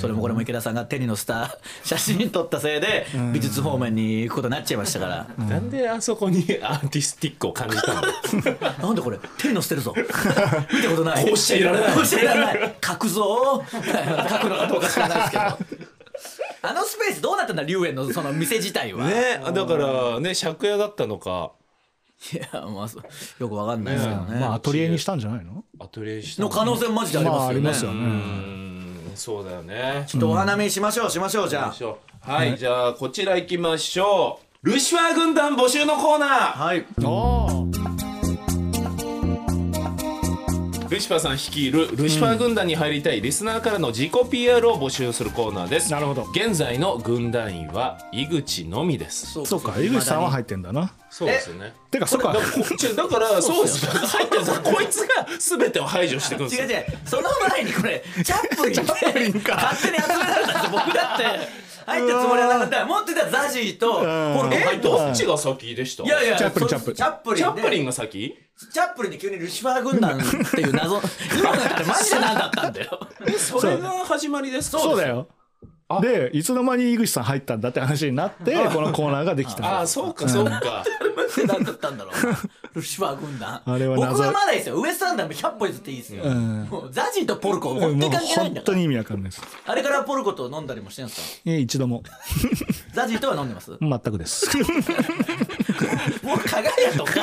それもこれも池田さんが手に載せた写真撮ったせいで美術方面に行くことになっちゃいましたからなんであそこに アーティスティックを感じ たのなんでこれ手に載せてるぞ 見たことないこうしちゃいられないこうしちゃいられ ない書くぞ 書くのかどうか知らないですけど あのスペースどうなったんだ龍園のその店自体は、ねだからね借家だったのかいやまあそうよくわかんないですけどね、まあアトリエにしたんじゃないのアトリエしたの可能性もマジでありまますあよあね,、りますようねんそうだよねちょっとお花見しましょうしましょうじゃあ、はい、じゃあこちら行きましょうルシファー軍団募集のコーナーはいああルシファーさん率いるルシファー軍団に入りたいリスナーからの自己 PR を募集するコーナーですなるほど現在の軍団員は井口のみですそうそうか井口さんは入ってんだなそうですよねてかそうかだからこちょだからそうです入ってるんですよこいつが全てを排除してくるんです違うよ違うその前にこれチャップリンで勝手に集められたんですよ僕だって入ったつもりはなかった持ってたザジーとポルコえ入っどっちが先でしたいやいやチャップリンそチャップリンチャップリンチャップリンンが先チャップリンで急にルシファー軍団っていう謎 今の中でマジで何だったんだよそれが始まりですかそうだよでいつの間に井口さん入ったんだって話になってこのコーナーができあたあそうかそうかマジで何だったんだろうルシファー軍団あれは謎僕はまだいいですよウエストランダム100歩譲っていいですよもうザジーとポルコもう本当に関係ないん本だか当らに意味わかんないですあれからポルコと飲んだりもしてんすかえ一度もザジーとは飲んでますも全くですう加賀屋とか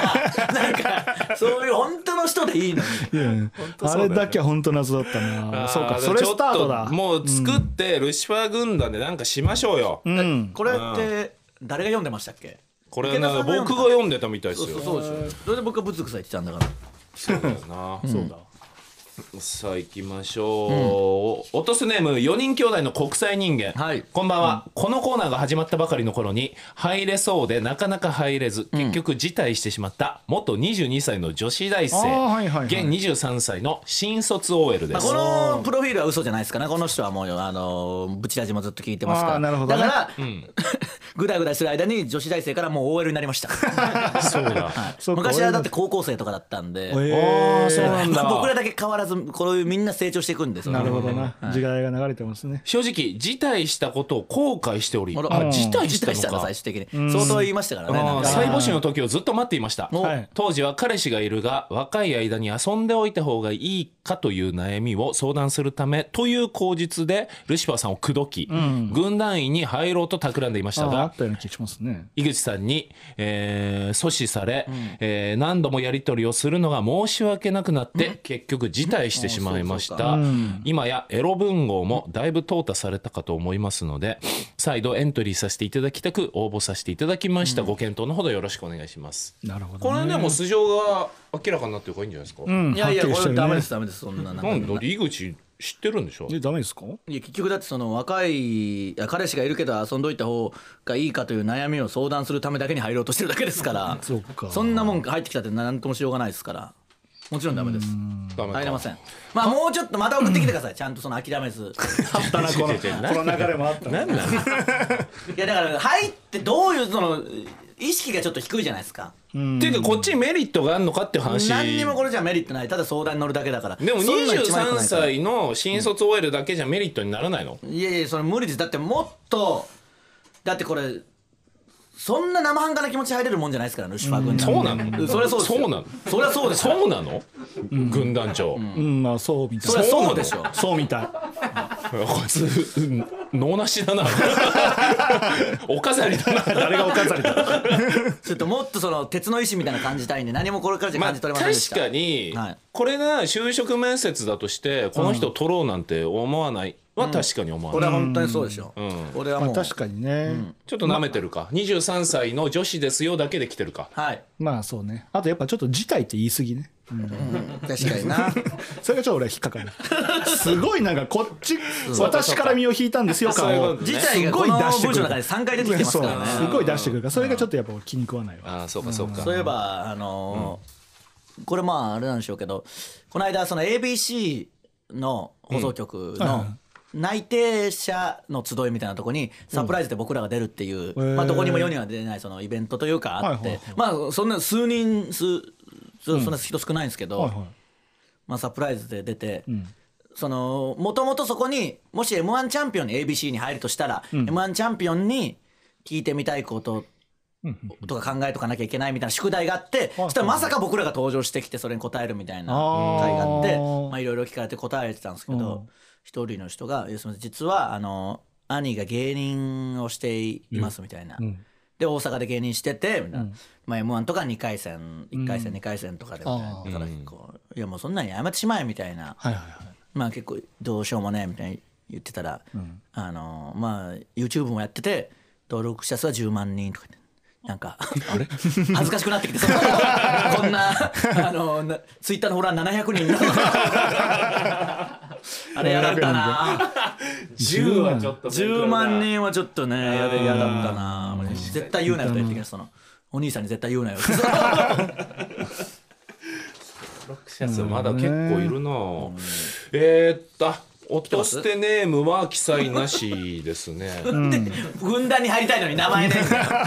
なんかそういう本当の人でいいのにいやいやあれだけは本当謎だったなそうかそれスタートちょっだともう作ってルシファー軍団でなんかしましょうよ、うんこれって誰が読んでましたっけこれな池田さん僕がが読んだ読んでたみたいですそうよそうそうですよねそれで僕はブツクサ言ってたんだからそうだよな、そうださあ行きましょう、落とすネーム4人兄弟の国際人間、はいこんばんは、このコーナーが始まったばかりの頃に入れそうでなかなか入れず結局辞退してしまった元22歳の女子大生、あーはいはいはい現23歳の新卒 OL でまあ、す、このプロフィールは嘘じゃないですかねこの人はもうあのブチラジもずっと聞いてますかあーらなるほどねだから、 ぐだぐだしてる間に女子大生からもう OL になりましたそうだ そうか昔はだって高校生とかだったんで、えあーそうーなんだ僕らだけ変わらずこういうみんな成長していくんですよなるほどな時代が流れてますね正直辞退したことを後悔しておりあらあ辞退し辞た退したのらか最終的に相当言いましたからねあなーんか再募集の時をずっと待っていましたはい当時は彼氏がいるが若い間に遊んでおいた方がいいかという悩みを相談するためという口実でルシファーさんを口説き、軍団員に入ろうと企んでいましあたーあがったような気がしますね井口さんに、えー阻止され、えー何度もやり取りをするのが申し訳なくなって結局辞退してしまいましうんあた今やエロ文豪もだいぶ淘汰されたかと思いますので再度エントリーさせていただきたく応募させていただきましたご検討のほどよろしくお願いしますなるほどこれでも素性が明らかになってるからいいんじゃないですか、うんいやいやはっきりこしてれるねダメ ですダメですそんななんかなんだって井口知ってるんでしょえダメですかいや結局だってその若いいや彼氏がいるけど遊んどいた方がいいかという悩みを相談するためだけに入ろうとしてるだけですからそうかんなもん入ってきたって何ともしようがないですからもちろんダメですダメか入れませんまあもうちょっとまた送ってきてくださいちゃんとその諦めずったなこのこの流れもあったななんなんいやだから入ってどういうその意識がちょっと低いじゃないですかっていうかこっちにメリットがあるのかっていう話何にもこれじゃメリットないただ相談に乗るだけだからでもそんな一枚良く23ないから歳の新卒 OL だけじゃメリットにならないの、いやいやそれ無理ですだってもっとだってこれそんな生半可な気持ち入れるもんじゃないですからねルシファー軍団そうなのそりゃそうですよそうなのそりゃそうですよそうなの、軍団長、うんまあそうみたいそりなゃそうでしょそうみたいこいつうん脳なし だなお飾りだな誰がおかざりだちょっともっとその鉄の意志みたいなの感じたいんで何もこれからじゃまあ感じ取れませんでし確た、かにはいこれが就職面接だとしてこの人取ろうなんて思わないは確かに思わ俺ない、は本当にそうでしょ、俺はまあもう、確かにねちょっと舐めてるか23歳の女子ですよだけで来てるかはいまあそうねあとやっぱちょっと事態って言い過ぎね確かにな それがちょっと俺は引っかかるすごいなんかこっち私から身を引いたんですよそういう感こをと自体がこのすご文い章出の中で3回出てきてますそうからねすごい出してくるからそれがちょっとやっぱ気に食わないわああそうかそうか、そういえばあのーこれまああれなんでしょうけどこの間その ABC の放送局の内定者の集いみたいなとこにサプライズで僕らが出るっていう、うんまあ、へーどこにも世には出ないそのイベントというかあって、はいはいまあそんな数人数そそんな人少ないんですけど、はいはいまあ、サプライズで出て、そのもともとそこにもし m 1チャンピオンに ABC に入るとしたら、m 1チャンピオンに聞いてみたいこととか考えとかなきゃいけないみたいな宿題があって、そしたらまさか僕らが登場してきてそれに答えるみたいなあー会があってまあ、いろいろ聞かれて答えてたんですけど一人の人が「いやすみません実はあの兄が芸人をしています」みたいな。で大阪で芸人しててみたいな、まあ、m 1とか2回戦1回戦2回戦とかでみたいな、だから結構「いやもうそんなんやめてしまえ」みたいな、はいはいはいまあ結構どうしようもねみたいに言ってたら、あのまあ YouTube もやってて登録者数は10万人とか言ってなんか恥ずかしくなってきてそのこんなあのなツイッターのフォロワー700人の あれやだったな10はちょっと10万人はちょっとねやべやだったな絶対言うなよと言ってきましたそのお兄さんに絶対言うなよやつまだ結構いるな、えー、っとあ落とますしてネームは記載なしですね軍団に入りたいのに名前 ね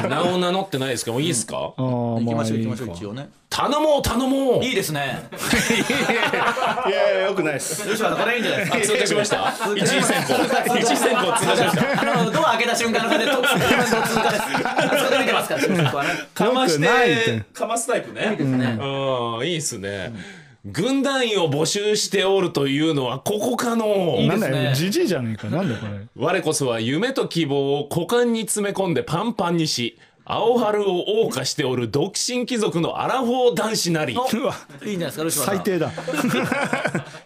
名を名乗ってないですけどもいいですか、行行きましょう行きましょう一応ね頼もう頼もういいですねいやいやよくないです吉原これいいんじゃないですか通過しました一位選考一位選考通過しましたあのドア開けた瞬間のこれで突突突突です。それで見てますから、瞬間はね。かましよくないっててかますタイプねうんいいっすね軍団員を募集しておるというのはここかのなんですねだよじじいじゃねえかなんだよこれ我こそは夢と希望を股間に詰め込んでパンパンにし青春を謳歌しておる独身貴族のアラフォー男子なりうわいいんじゃないですか、ルシファーさん最。低だ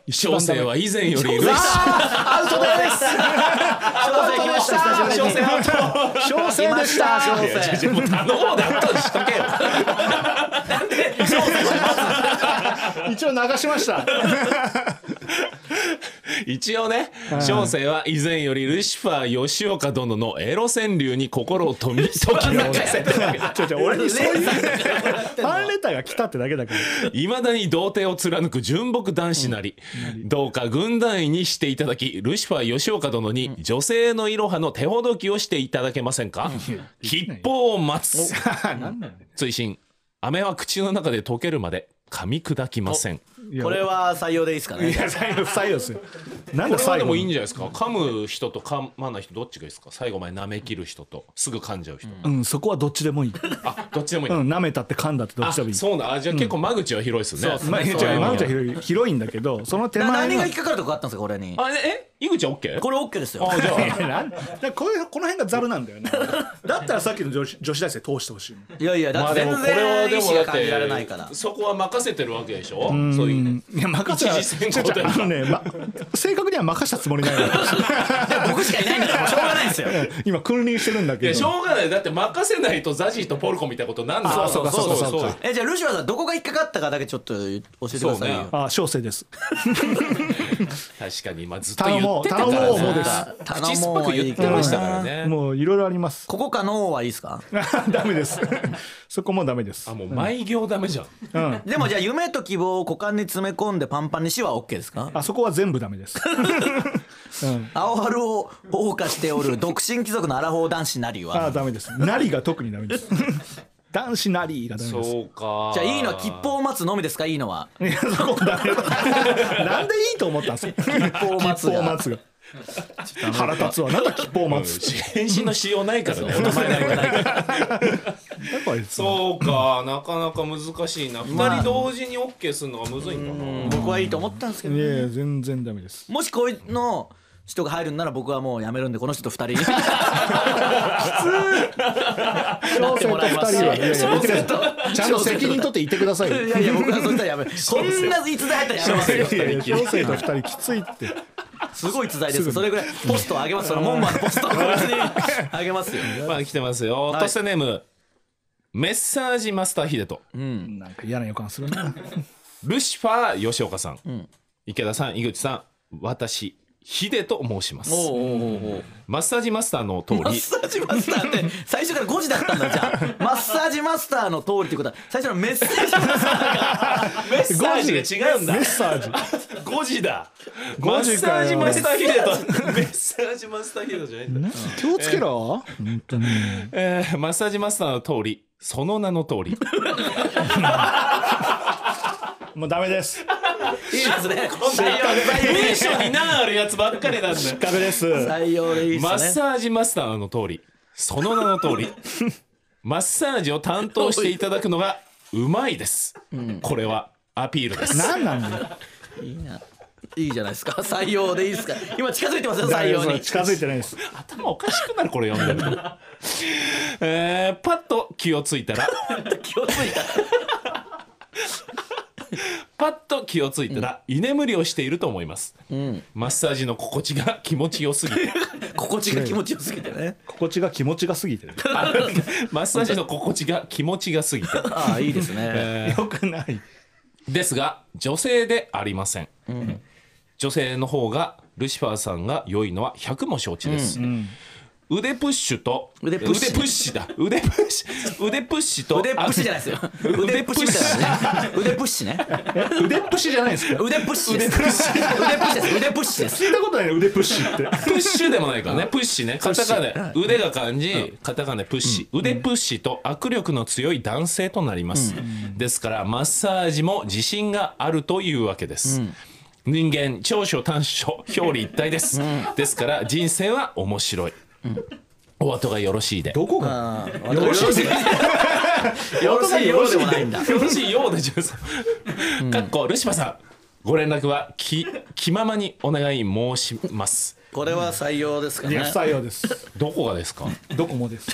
一小番ダメ生は以前よりルイスアウトです。小生来ました。小小生生アウト。小生でした来ま小した小生。もう頼もうで後にしとけよ 生一応流しま した一応ね小生は以前よりルシファー吉岡殿のエロ川柳に心をとみと きめかせて ちょちょ俺にそういうレーファンレターが来たってだけだからいまだに童貞を貫く純朴男子なり、どうか軍団員にしていただきルシファー吉岡殿に女性のいろはの手ほどきをしていただけませんか筆法を待つ 追伸飴は口の中で溶けるまで噛み砕きませんザこれは採用でいいですかいね。や最後不採用ですよ なんだこれは最で後もいいんじゃないですか噛む人と噛まない人どっちがいいですか最後まで舐め切る人とすぐ噛んじゃう人、うんそこはどっちでもい いあどっちでもいい、うん舐めたって噛んだってどっあちでもいいそうなんあじゃあ結構間口は広いですね、そうそうまあ、ねじゃあ今のじゃ広い広いんだけどその手な前何の が引っかかるとこあったんですか、これに。あええ井口は OK? これオッケーですよ。あじゃあいやなんだからこういうこの辺がザルなんだよねだったらさっきの女子女子大生通してほしいもんいやいや、だまっあてでも全これは然で意も思だがっ感じられないからて。そこは任せてるわけでしょそういういや任せ一時選考ちょちょあのね、ま、正確には任せたつもりないの 僕しかいないんだから、もうしょうがないですよ。今君臨してるんだいけやしどょうがないだって任せないとザジーとポルコみたいなことなんだあそうかそうかそうかえ、じゃあ、ルシファーさん、どこが引っかかったかだけちょっと教えてくださいそうねよ。あ小生です確かに今ずっと言ってたか頼もう頼もらうもうねです口酸っぱく言ってましたからねもういろいろありますここかのはいいですか ダメです そこもダメですあもう毎行ダメじゃんうんでもじゃあ夢と希望を股間に詰め込んでパンパンにしは OK ですかあそこは全部ダメです、うん、青春を謳歌しておる独身貴族のアラフォー男子なりあはダメ ですなりが特にダメです 男子なりがダメですそうかじゃあいいのは吉報を待つのみですかいいのはいやそこダメ だなんでいいと思ったんですか吉報を待つがつが腹立つわなんだ吉報を待つって返信のしようない からねお名前ないからなんかあいつそうかなかなか難しいなまあ二人同時に OK するのがむずいんかな僕はいいと思ったんですけどいねやいや全然ダメですもしこういうの人が入るんなら僕はもうやめるんでこの人と二人に な小って生もとら二い人ますはいやいや言ってくだ小生さいちゃんと責任取って言ってくださいよいやいや僕はそしたらやめるこんないつで入ったらやめますよいやいや小生と二人きついってすごい逸材ですそれぐらいポスト上げますその門番のポ ストを別に上げますよまあ来てますよ落としてネームメッサージマスターヒデトなんか嫌な予感するなルシファー吉岡さん、池田さん井口さん私ヒデと申しますおうおうおうおうマッサージマスターの通りマッサージマスターって 最初から5時だったんだじゃあマッサージマスターの通りってことは最初のメッセージマスターがメッセマージッサージが違うんだメッサージ5時だマ5ッ時サかージよ マスターヒデとメッサージマスターヒデトじゃないんだ、気をつけろ本当にえーマッサージマスターの通りその名の通りもうダメですいいですね名所に難あるやつばっかりなんだよダメ です採用でいいマッですねサージマスターの通りその名の通り マッサージを担当していただくのがうまいです、これはアピールです何なんだよいいないいじゃないですか採用でいいですか今近づいてますよ採用に近づいてないです頭おかしくなるこれ読んでる と、えーパッと気をついたら気をついたパッと気をついたら居眠りをしていると思います、マッサージの心地が気持ちよす ぎて心地が気持ちよすぎてね心地が気持ちが過 ぎてるマッサージの心地が気持ちがすぎてああいいですねよくないですが女性でありません、女性の方がルシファーさんが良いのは100も承知です、腕プッシュと腕プッシュだ腕プッシュ腕プッシュと腕プッシュじゃないですよ。腕腕ププッッシシュュみたいなね。腕プッシュね。え腕プッシュじゃないですか腕プッシュです。腕プッシュです。腕プッシュです。聞いたことないね腕プッシ ュってプッシュでもないからね、プッシュね、カタカナ、腕が漢字、カタカナプッシュ、腕プッシュと握力の強い男性となります。ですから、マッサージも自信があるというわけです。人間、長所短所、表裏一体です。ですから、人生は面白い。お後がよろしいで。どこがよろしいです。よろしいようでもないんだ。よろしいようで13かっこルシファーさん。ご連絡はき気ままにお願い申します。これは採用ですかいね。や不採用ですどこがですか。ドコモです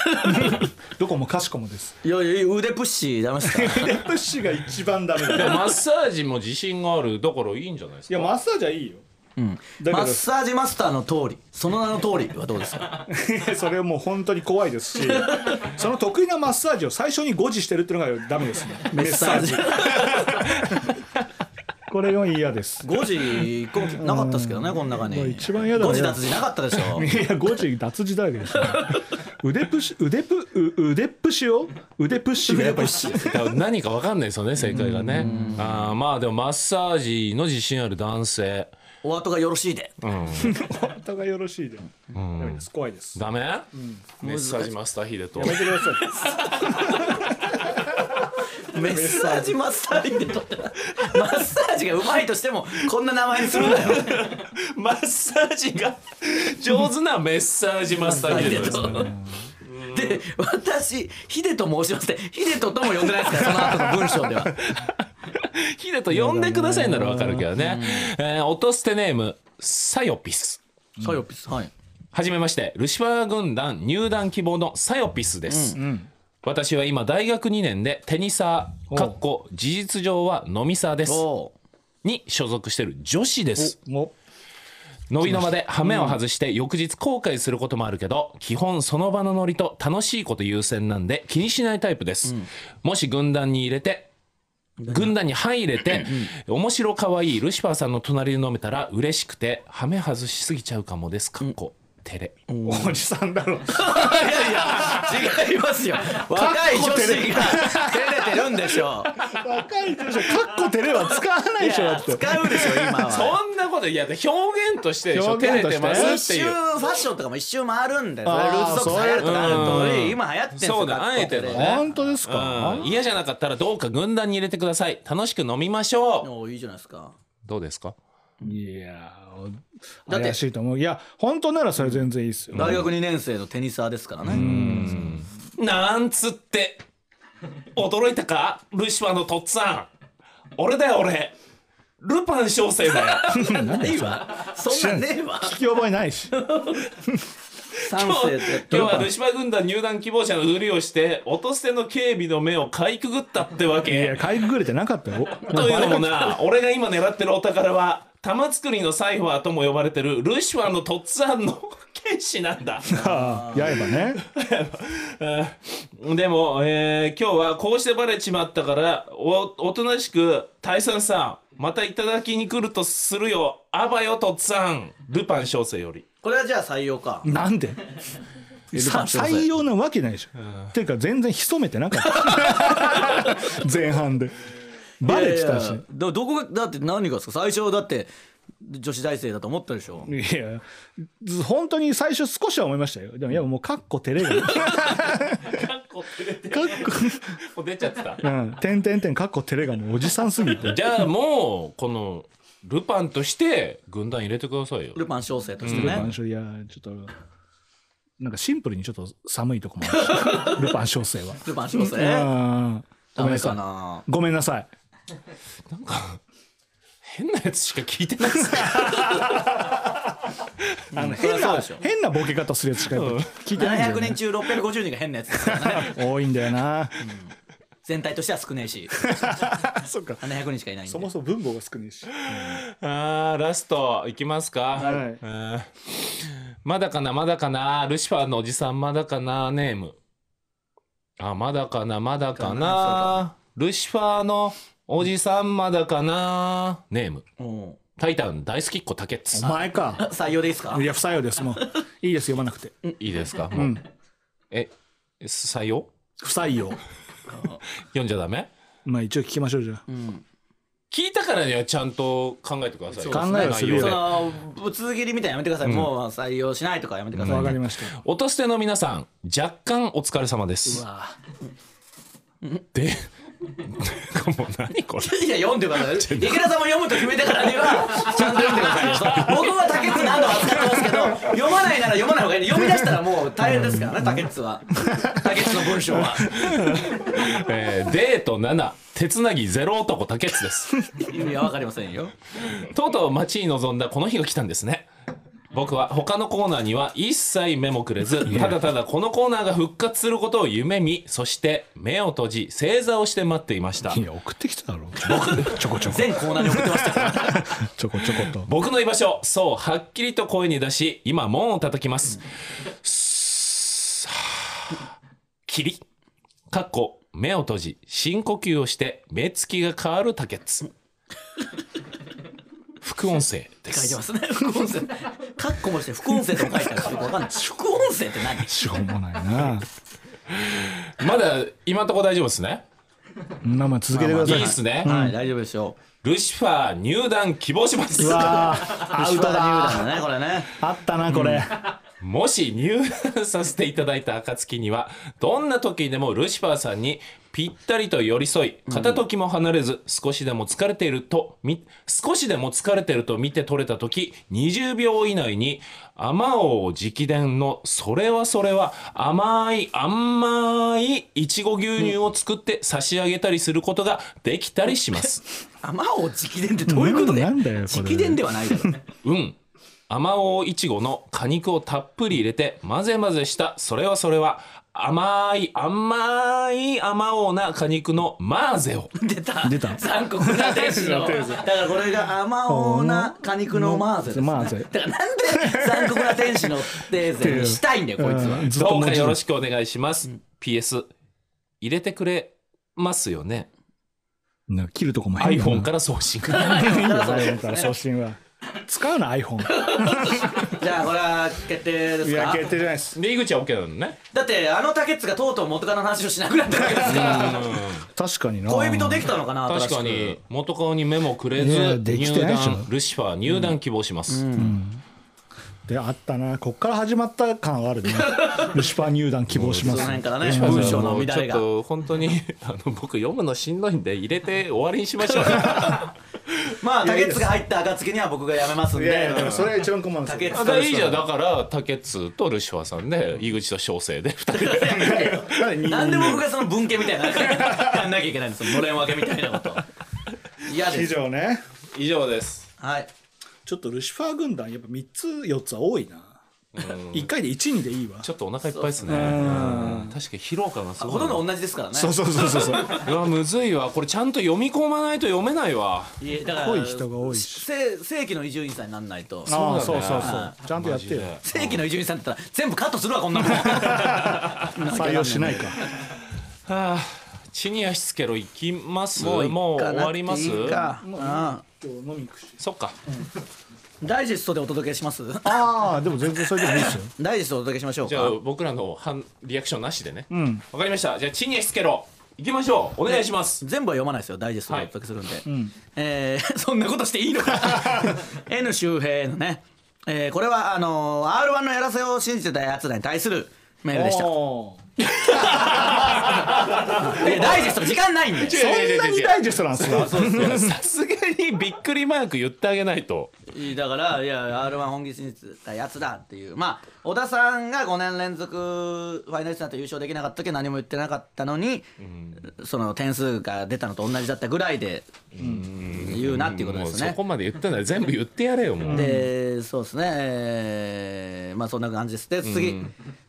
ドコモかしこもですいやいや腕プッシュダメ ですか。腕プッシュが一番ダメだでよもマッサージも自信があるだからいいんじゃないですいやマッサージはいいよだマけッサージマスターの通り、その名の通りはどうですか。ど それもう本当に怖いです しその得意なマッサージを最初に誤字してるっていうのがダメですねメッサージ。 これも嫌です5時一個もなかったですけどね、この中に。もう一番嫌だな5時脱字なかったでし ょ。いや誤字脱字だらけ です、ね、腕プッシュ腕プう腕プッシュを腕プッシュがやっぱりか。だから何かわかんないですよね正解がね。あーまあでもマッサージの自信ある男性。お後がよろしいで。本当がよろしいで、ダメです怖いですダメ？メッサージマスターヒデと。やめてくださいメッサージマッサージでとってないマッサージがうまいとしてもこんな名前にするんだよマッサージが上手なメッサージマスターヒデと。で私ヒデと申しましてヒデととも呼んでないですからその後の文章ではヒデと呼んでくださいならわかるけどね。えー音捨てネームサヨピス。サヨピスはいはじめまして、ルシファー軍団入団希望のサヨピスです。私は今大学2年でテニサー、かっこ事実上は飲みサーです。おに所属してる女子です。も伸びの場で羽目を外して翌日後悔することもあるけど、基本その場のノリと楽しいこと優先なんで気にしないタイプです。もし軍団に入れて、軍団に入れて、面白かわいいルシファーさんの隣で飲めたら嬉しくて、羽目外しすぎちゃうかもです。かっこ、テレ。おじさんだろいやいや違いますよ若い女子が照れてるんでしょ若い女子カッコ照れは使わないでしょだっ使てうでしょ 今はそんなこといや表現としてでしょ表照現れとしててまそ一すって周いうファッションとかも一周回るんでそれあールーズソックス流行るとかあるとおり今流行ってんすよそうだ学校あえてのね本当ですかうん嫌じゃなかったらどうか軍団に入れてください楽しく飲みましょうおいいじゃないですかどうですかいやーだって怪しいと思ういや本当ならそれ全然いいですよ大学2年生のテニサーですからねなんつって驚いたかルシファーのとっつぁん俺だよ俺ルパン小生だよないわそんなんねえ わ聞き覚えないし三世って今日はルシファー軍団入団希望者のふりをして音捨ての警備の目をかいくぐったってわいやけかいくぐれてなかったよというのもな 俺が今狙ってるお宝は玉造りのサイファーとも呼ばれてるルシファーのとっつぁんの剣士なんだああやえばねでも、えー今日はこうしてバレちまったからおおとなしく「タイサンさんまたいただきに来るとするよあばよとっつぁんルパン小生よりこれはじゃあ採用かなんでさ採用なわけないでしょ、っていうか全然潜めてなかった 前半でバレてたしいやいやどどこがだって何がですか最初だって女子大生だと思ったでしょいやず本当に最初少しは思いましたよでもいやもうかっこ照れが かっこもう出ちゃってたうん点点点かっこ照れがもうおじさんすぎてじゃあもうこのルパンとして軍団入れてくださいよルパン小生としてルパねン小いやちょっとなんかシンプルにちょっと寒いとこもあ るしルパン小生はルパン小う生んごダめんなメかさないごめんなさい変なやつしか聞いてない ですあのそりゃ変そうなでしょ変なボケ方するやつしかやっぱ聞いてないんだよ700ね人中650人が変なやつですからね多いんだよ な全体としては少ないしそっか700人しかいないんでそも文法が少ないしあーラストいきますか、はいうんまだかなまだかなルシファーのおじさんまだかなネームあまだかなまだかなルシファーのおじさんまだかなネームうんタイタン大好きっ子竹内おさん前か採用でいいですかいや不採用ですもういいです読まなくていいですかもうえ採用不採用読んじゃダメまあ一応聞きましょうじゃあ聞いたからにはちゃんと考えてくださいよ考えをするよ内そ容でのぶつ切りみたいなやめてください、もう採用しないとかやめてください、わねかりました音捨ての皆さん若干お疲れ様でうすわで もう何これいや読んでくださ い池田さんも読むと決めたからにはちゃんと読んでくださいよ僕は竹内何度も扱ってますけど読まないなら読まない方がいい読み出したらもう大変ですからね竹内は竹内の文章はえーデート7手つなぎゼロ男竹内です意味は分かりませんよとうとう待ちに望んだこの日が来たんですね僕は他のコーナーには一切目もくれずただただこのコーナーが復活することを夢見そして目を閉じ正座をして待っていましたいや送ってきただろちょこちょこ全コーナーに送ってましたから ちょこちょこと僕の居場所そうはっきりと声に出し今門を叩きますさあ霧かっこ目を閉じ深呼吸をして目つきが変わる竹津副音声書でいすてますね副音声カッコもして副音声とも書いてあるしよく分かんない副音声って何しょうもないなまだ今のところ大丈夫ですねまあまあ続けてくだいさいいですね、はい大丈夫でしょルシファー入団希望しますうわ あアウトだだねこれねあったなこれもし入団させていただいた暁にはどんな時でもルシファーさんにぴったりと寄り添い片時も離れず少しでも疲れているとみ少しでも疲れていると見て取れた時20秒以内に天王直伝のそれはそれは甘い甘いいちご牛乳を作って差し上げたりすることができたりします天王直伝ってどういうことでなんだよこれ直伝ではないだろうね うん。甘おういちごの果肉をたっぷり入れて混ぜ混ぜした、それはそれは甘い甘い甘おうな果肉のマーゼを。出た出た残酷な天使 のだからこれが甘おうな果肉のマーゼです、ね、マーゼだからなんで残酷な天使のテーゼにしたいんだよこいつは うんずっとどう文か字よろしくお願いします。PS、入れてくれますよね。なんか切るとこも変だな iPhone から送信。いいんだよ iPhone から送信は使うな iPhone じゃあこれは決定ですか定じゃないですで、井口は OK なのね。だってあのタケッツがとうとう元カノの話をしなくなったわけですから確かにな恋人できたのかな確か新しに元顔に目もくれいやずでき入てないでしょ団ルシファー入団希望します、であったなこっから始まった感はあるねルシファー入団希望しくまそすの辺からね文文章章のの乱ちょれっがと本当に あの僕読むのしんどいんで入れて終わりにしましょうまあタケッツが入った暁には僕が辞めますんでれが一番困るんタケッあツだからいいじゃんだから竹津とルシファーさんで井口と小生で2人で なんで僕がその文系みた いなやんなきゃいけないんですよのれん分けみたいなこと嫌です上ね以上ですはいちょっとルシファー軍団やっぱ3つ4つは多いな1回で1位でいいわちょっとお腹いっぱいですねうん確かに疲労感がすごいほとんど同じですからねそうそうそうそうそううわむずいわこれちゃんと読み込まないと読めないわいやだから濃い人が多いしせ正規の伊集院さんになんないとああそそうだねうそうそうちゃんとやマっジてでよ正規の伊集院さんだったら全部カットするわこんな もん採用しないかはあ地に足つけろいきますももううもう終わりますいいかああ今日飲みくしそっかダイジェストでお届けしますああでも全然それでもいいですよダイジェストでお届けしましょうじゃあか僕らの反リアクションなしでねうんわかりましたじゃあ地に足つけろいきましょうお願いします全部は読まないですよダイジェストでお届けするんで、えー そんなことしていいのか N 周平のね、えーこれはあのー R1 のやらせを信じてたやつらに対するメールでしたおー いやダイジェスト時間ないんでそんなにダイジェストなんすかさすがにびっくりマーク言ってあげないといいだからいや r 1本気信じたやつだっていうまあ小田さんが5年連続ファイナリストになって優勝できなかった時は何も言ってなかったのに、その点数が出たのと同じだったぐらいで言うなっていうこともでうすそねこ。まで言ったなら全部言ってやれよもうでそうですね、えーまあそんな感じですで次、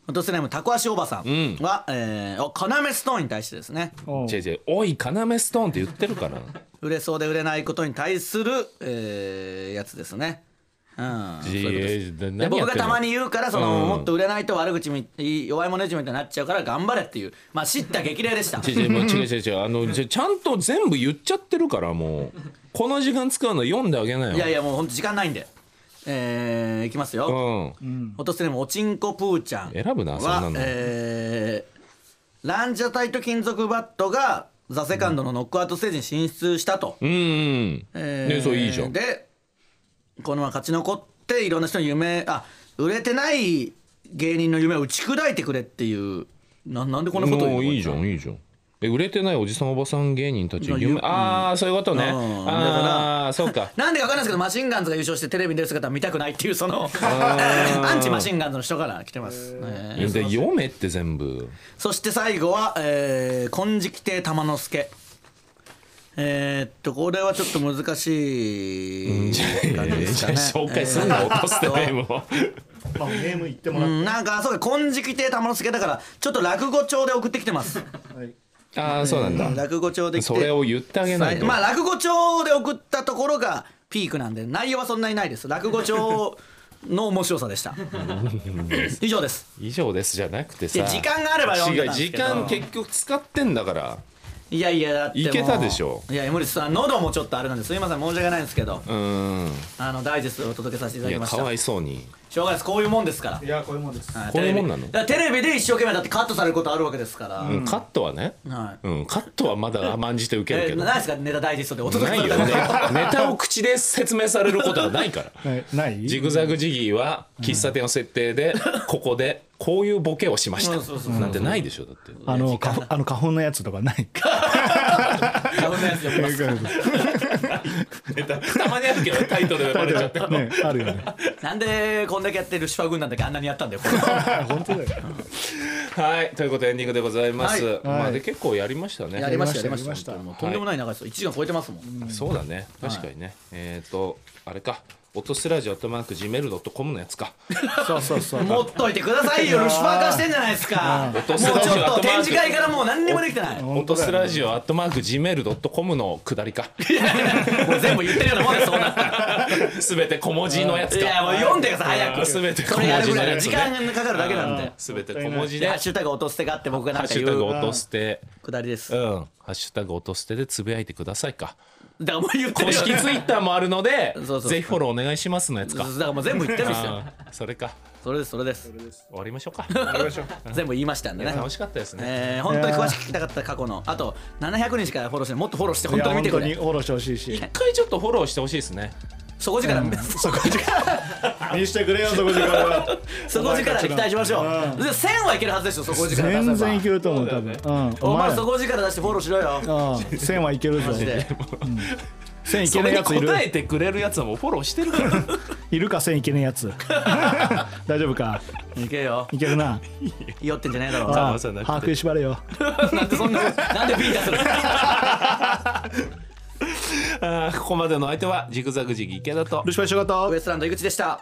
落とせないもタコ足おばさんは、えーお要ストーンに対してですねおー違う違うおい要ストーンって言ってるから売れそうで売れないことに対する、えーやつですね。うんいやいやで何や僕っがてんのたまに言うからその、うんもっと売れないと悪口み弱いもネジみたいになっちゃうから頑張れっていうまあ知った激励でした違 う違うもう違う違う違うあのじゃちゃんと全部言っちゃってるからもうこの時間使うの読んであげなよいやいやもうほんと時間ないんでえー、いきますよ、うん落とすねもおちんこプーちゃん選ぶなそんなのはえーランジャタイと金属バットがザ・セカンドのノックアウトステージに進出したと、うんうんえねそういいじゃんでこのまま勝ち残っていろんな人の夢あ売れてない芸人の夢を打ち砕いてくれっていうななんでこんなこと言うのもういいじゃんいいじゃんえ売れてないおじさんおばさん芸人たちまあ夢、ゆああそういうことねうんだからああーそうかなんでか分かんないですけどマシンガンズが優勝してテレビに出る姿は見たくないっていうその アンチマシンガンズの人から来てます、えーで読めって全部そして最後は、えー、金色亭玉之助えー、っとこれはちょっと難しい感じですかね紹介すんな落としてねもまあ、ネーム言ってもうらっん、なんかそうか金色亭玉之助だからちょっと落語帳で送ってきてますて、はい、うああそうなんだ落語帳で来てそれを言ってあげないと、まあ落語帳で送ったところがピークなんで内容はそんなにないです落語帳の面白さでした以上です以上ですじゃなくていさや時間があれば読んでたんですけど違う時間結局使ってんだからいやいやだってもういけたでしょいや無理ですあ喉もちょっとあれなんですいません申し訳ないんですけどうーんあのダイジェストをお届けさせていただきいやましかたわいそうにしょうがないですこういうもんですからいやこういうもんですはいこういうもんテレビなだのからテレビで一生懸命だってカットされることあるわけですから、うんカットはね、はいうん、カットはまだ甘んじて受けるえけど、何ですかネタダイジェストでお届なけいされよたこねとネタを口で説明されることはないからはいないジグザグジギーは喫茶店の設定でここでこういうボケをしましたうんそうそうそうなんてないでしょだってあの花粉あの花粉のやつとかないダメなやつで ネタたまにあるけどタイトルでバレちゃってねあるよねなんでこんだけやってるシファ軍団だけあんなにやった んだよこれ本当だよ はいということでエンディングでございます、はいまあで結構やりましたねやりましたやりやまりしたました本当にもうとんでもない長いです1時間超えてますもん、そうだね確かにね、えっ、とあれか音スラジオとマーク Gmail.com のやつかそうそうそう持っといてくださいよルシファー化してんじゃないですかもうちょっ落とすよと展示会からもう何にもできてないも音スラジオアットマーク Gmail.com の下りかう全部言ってるようなもんですそう なったらすべて小文字のやついやもうか読んでください早くすべて小これや文る字ぐのらいやのつ時ね間がかかるだけなんで。すべて小文字ででハハッシュタグ落と捨てがあって僕がなんッかシ言ュタグう音捨てくだりです。うだかんハッシュタグ音捨てでつぶやいてくださいからもう言ってる公よ式ね。ツイッターもあるのでそうそうそうぜひフォローお願いしますのやつだかからもう全部言ってるんですよ。あーそれかそれですそれです。終わりましょうか全部言いましたんでね。楽しかったですねえー本当に詳しく聞きたかった過去のあと700人しかフォローしてないもっとフォローしてい本や当に見て本く当にれフォローしてほしいし一回ちょっとフォローしてほしいですね底力 そこ時間見してくれよそこ時間は底力で期待しましょうで1000はいけるはずですよ底力出せば全然いけると思う多分うんお前そこ底力出してフォローしろよ線はいけるぞマジで線いそけねえれにやついる答えてくれるやつはもうフォローしてるから いるか線いけねえやつ 大丈夫かいけよいけるな酔ってんじゃねえだろああさんだけで把握縛れよなんでそんななんでビータするあーここまでの相手はジグザグジギ池田とルシファー仕事ウエストランド井口でした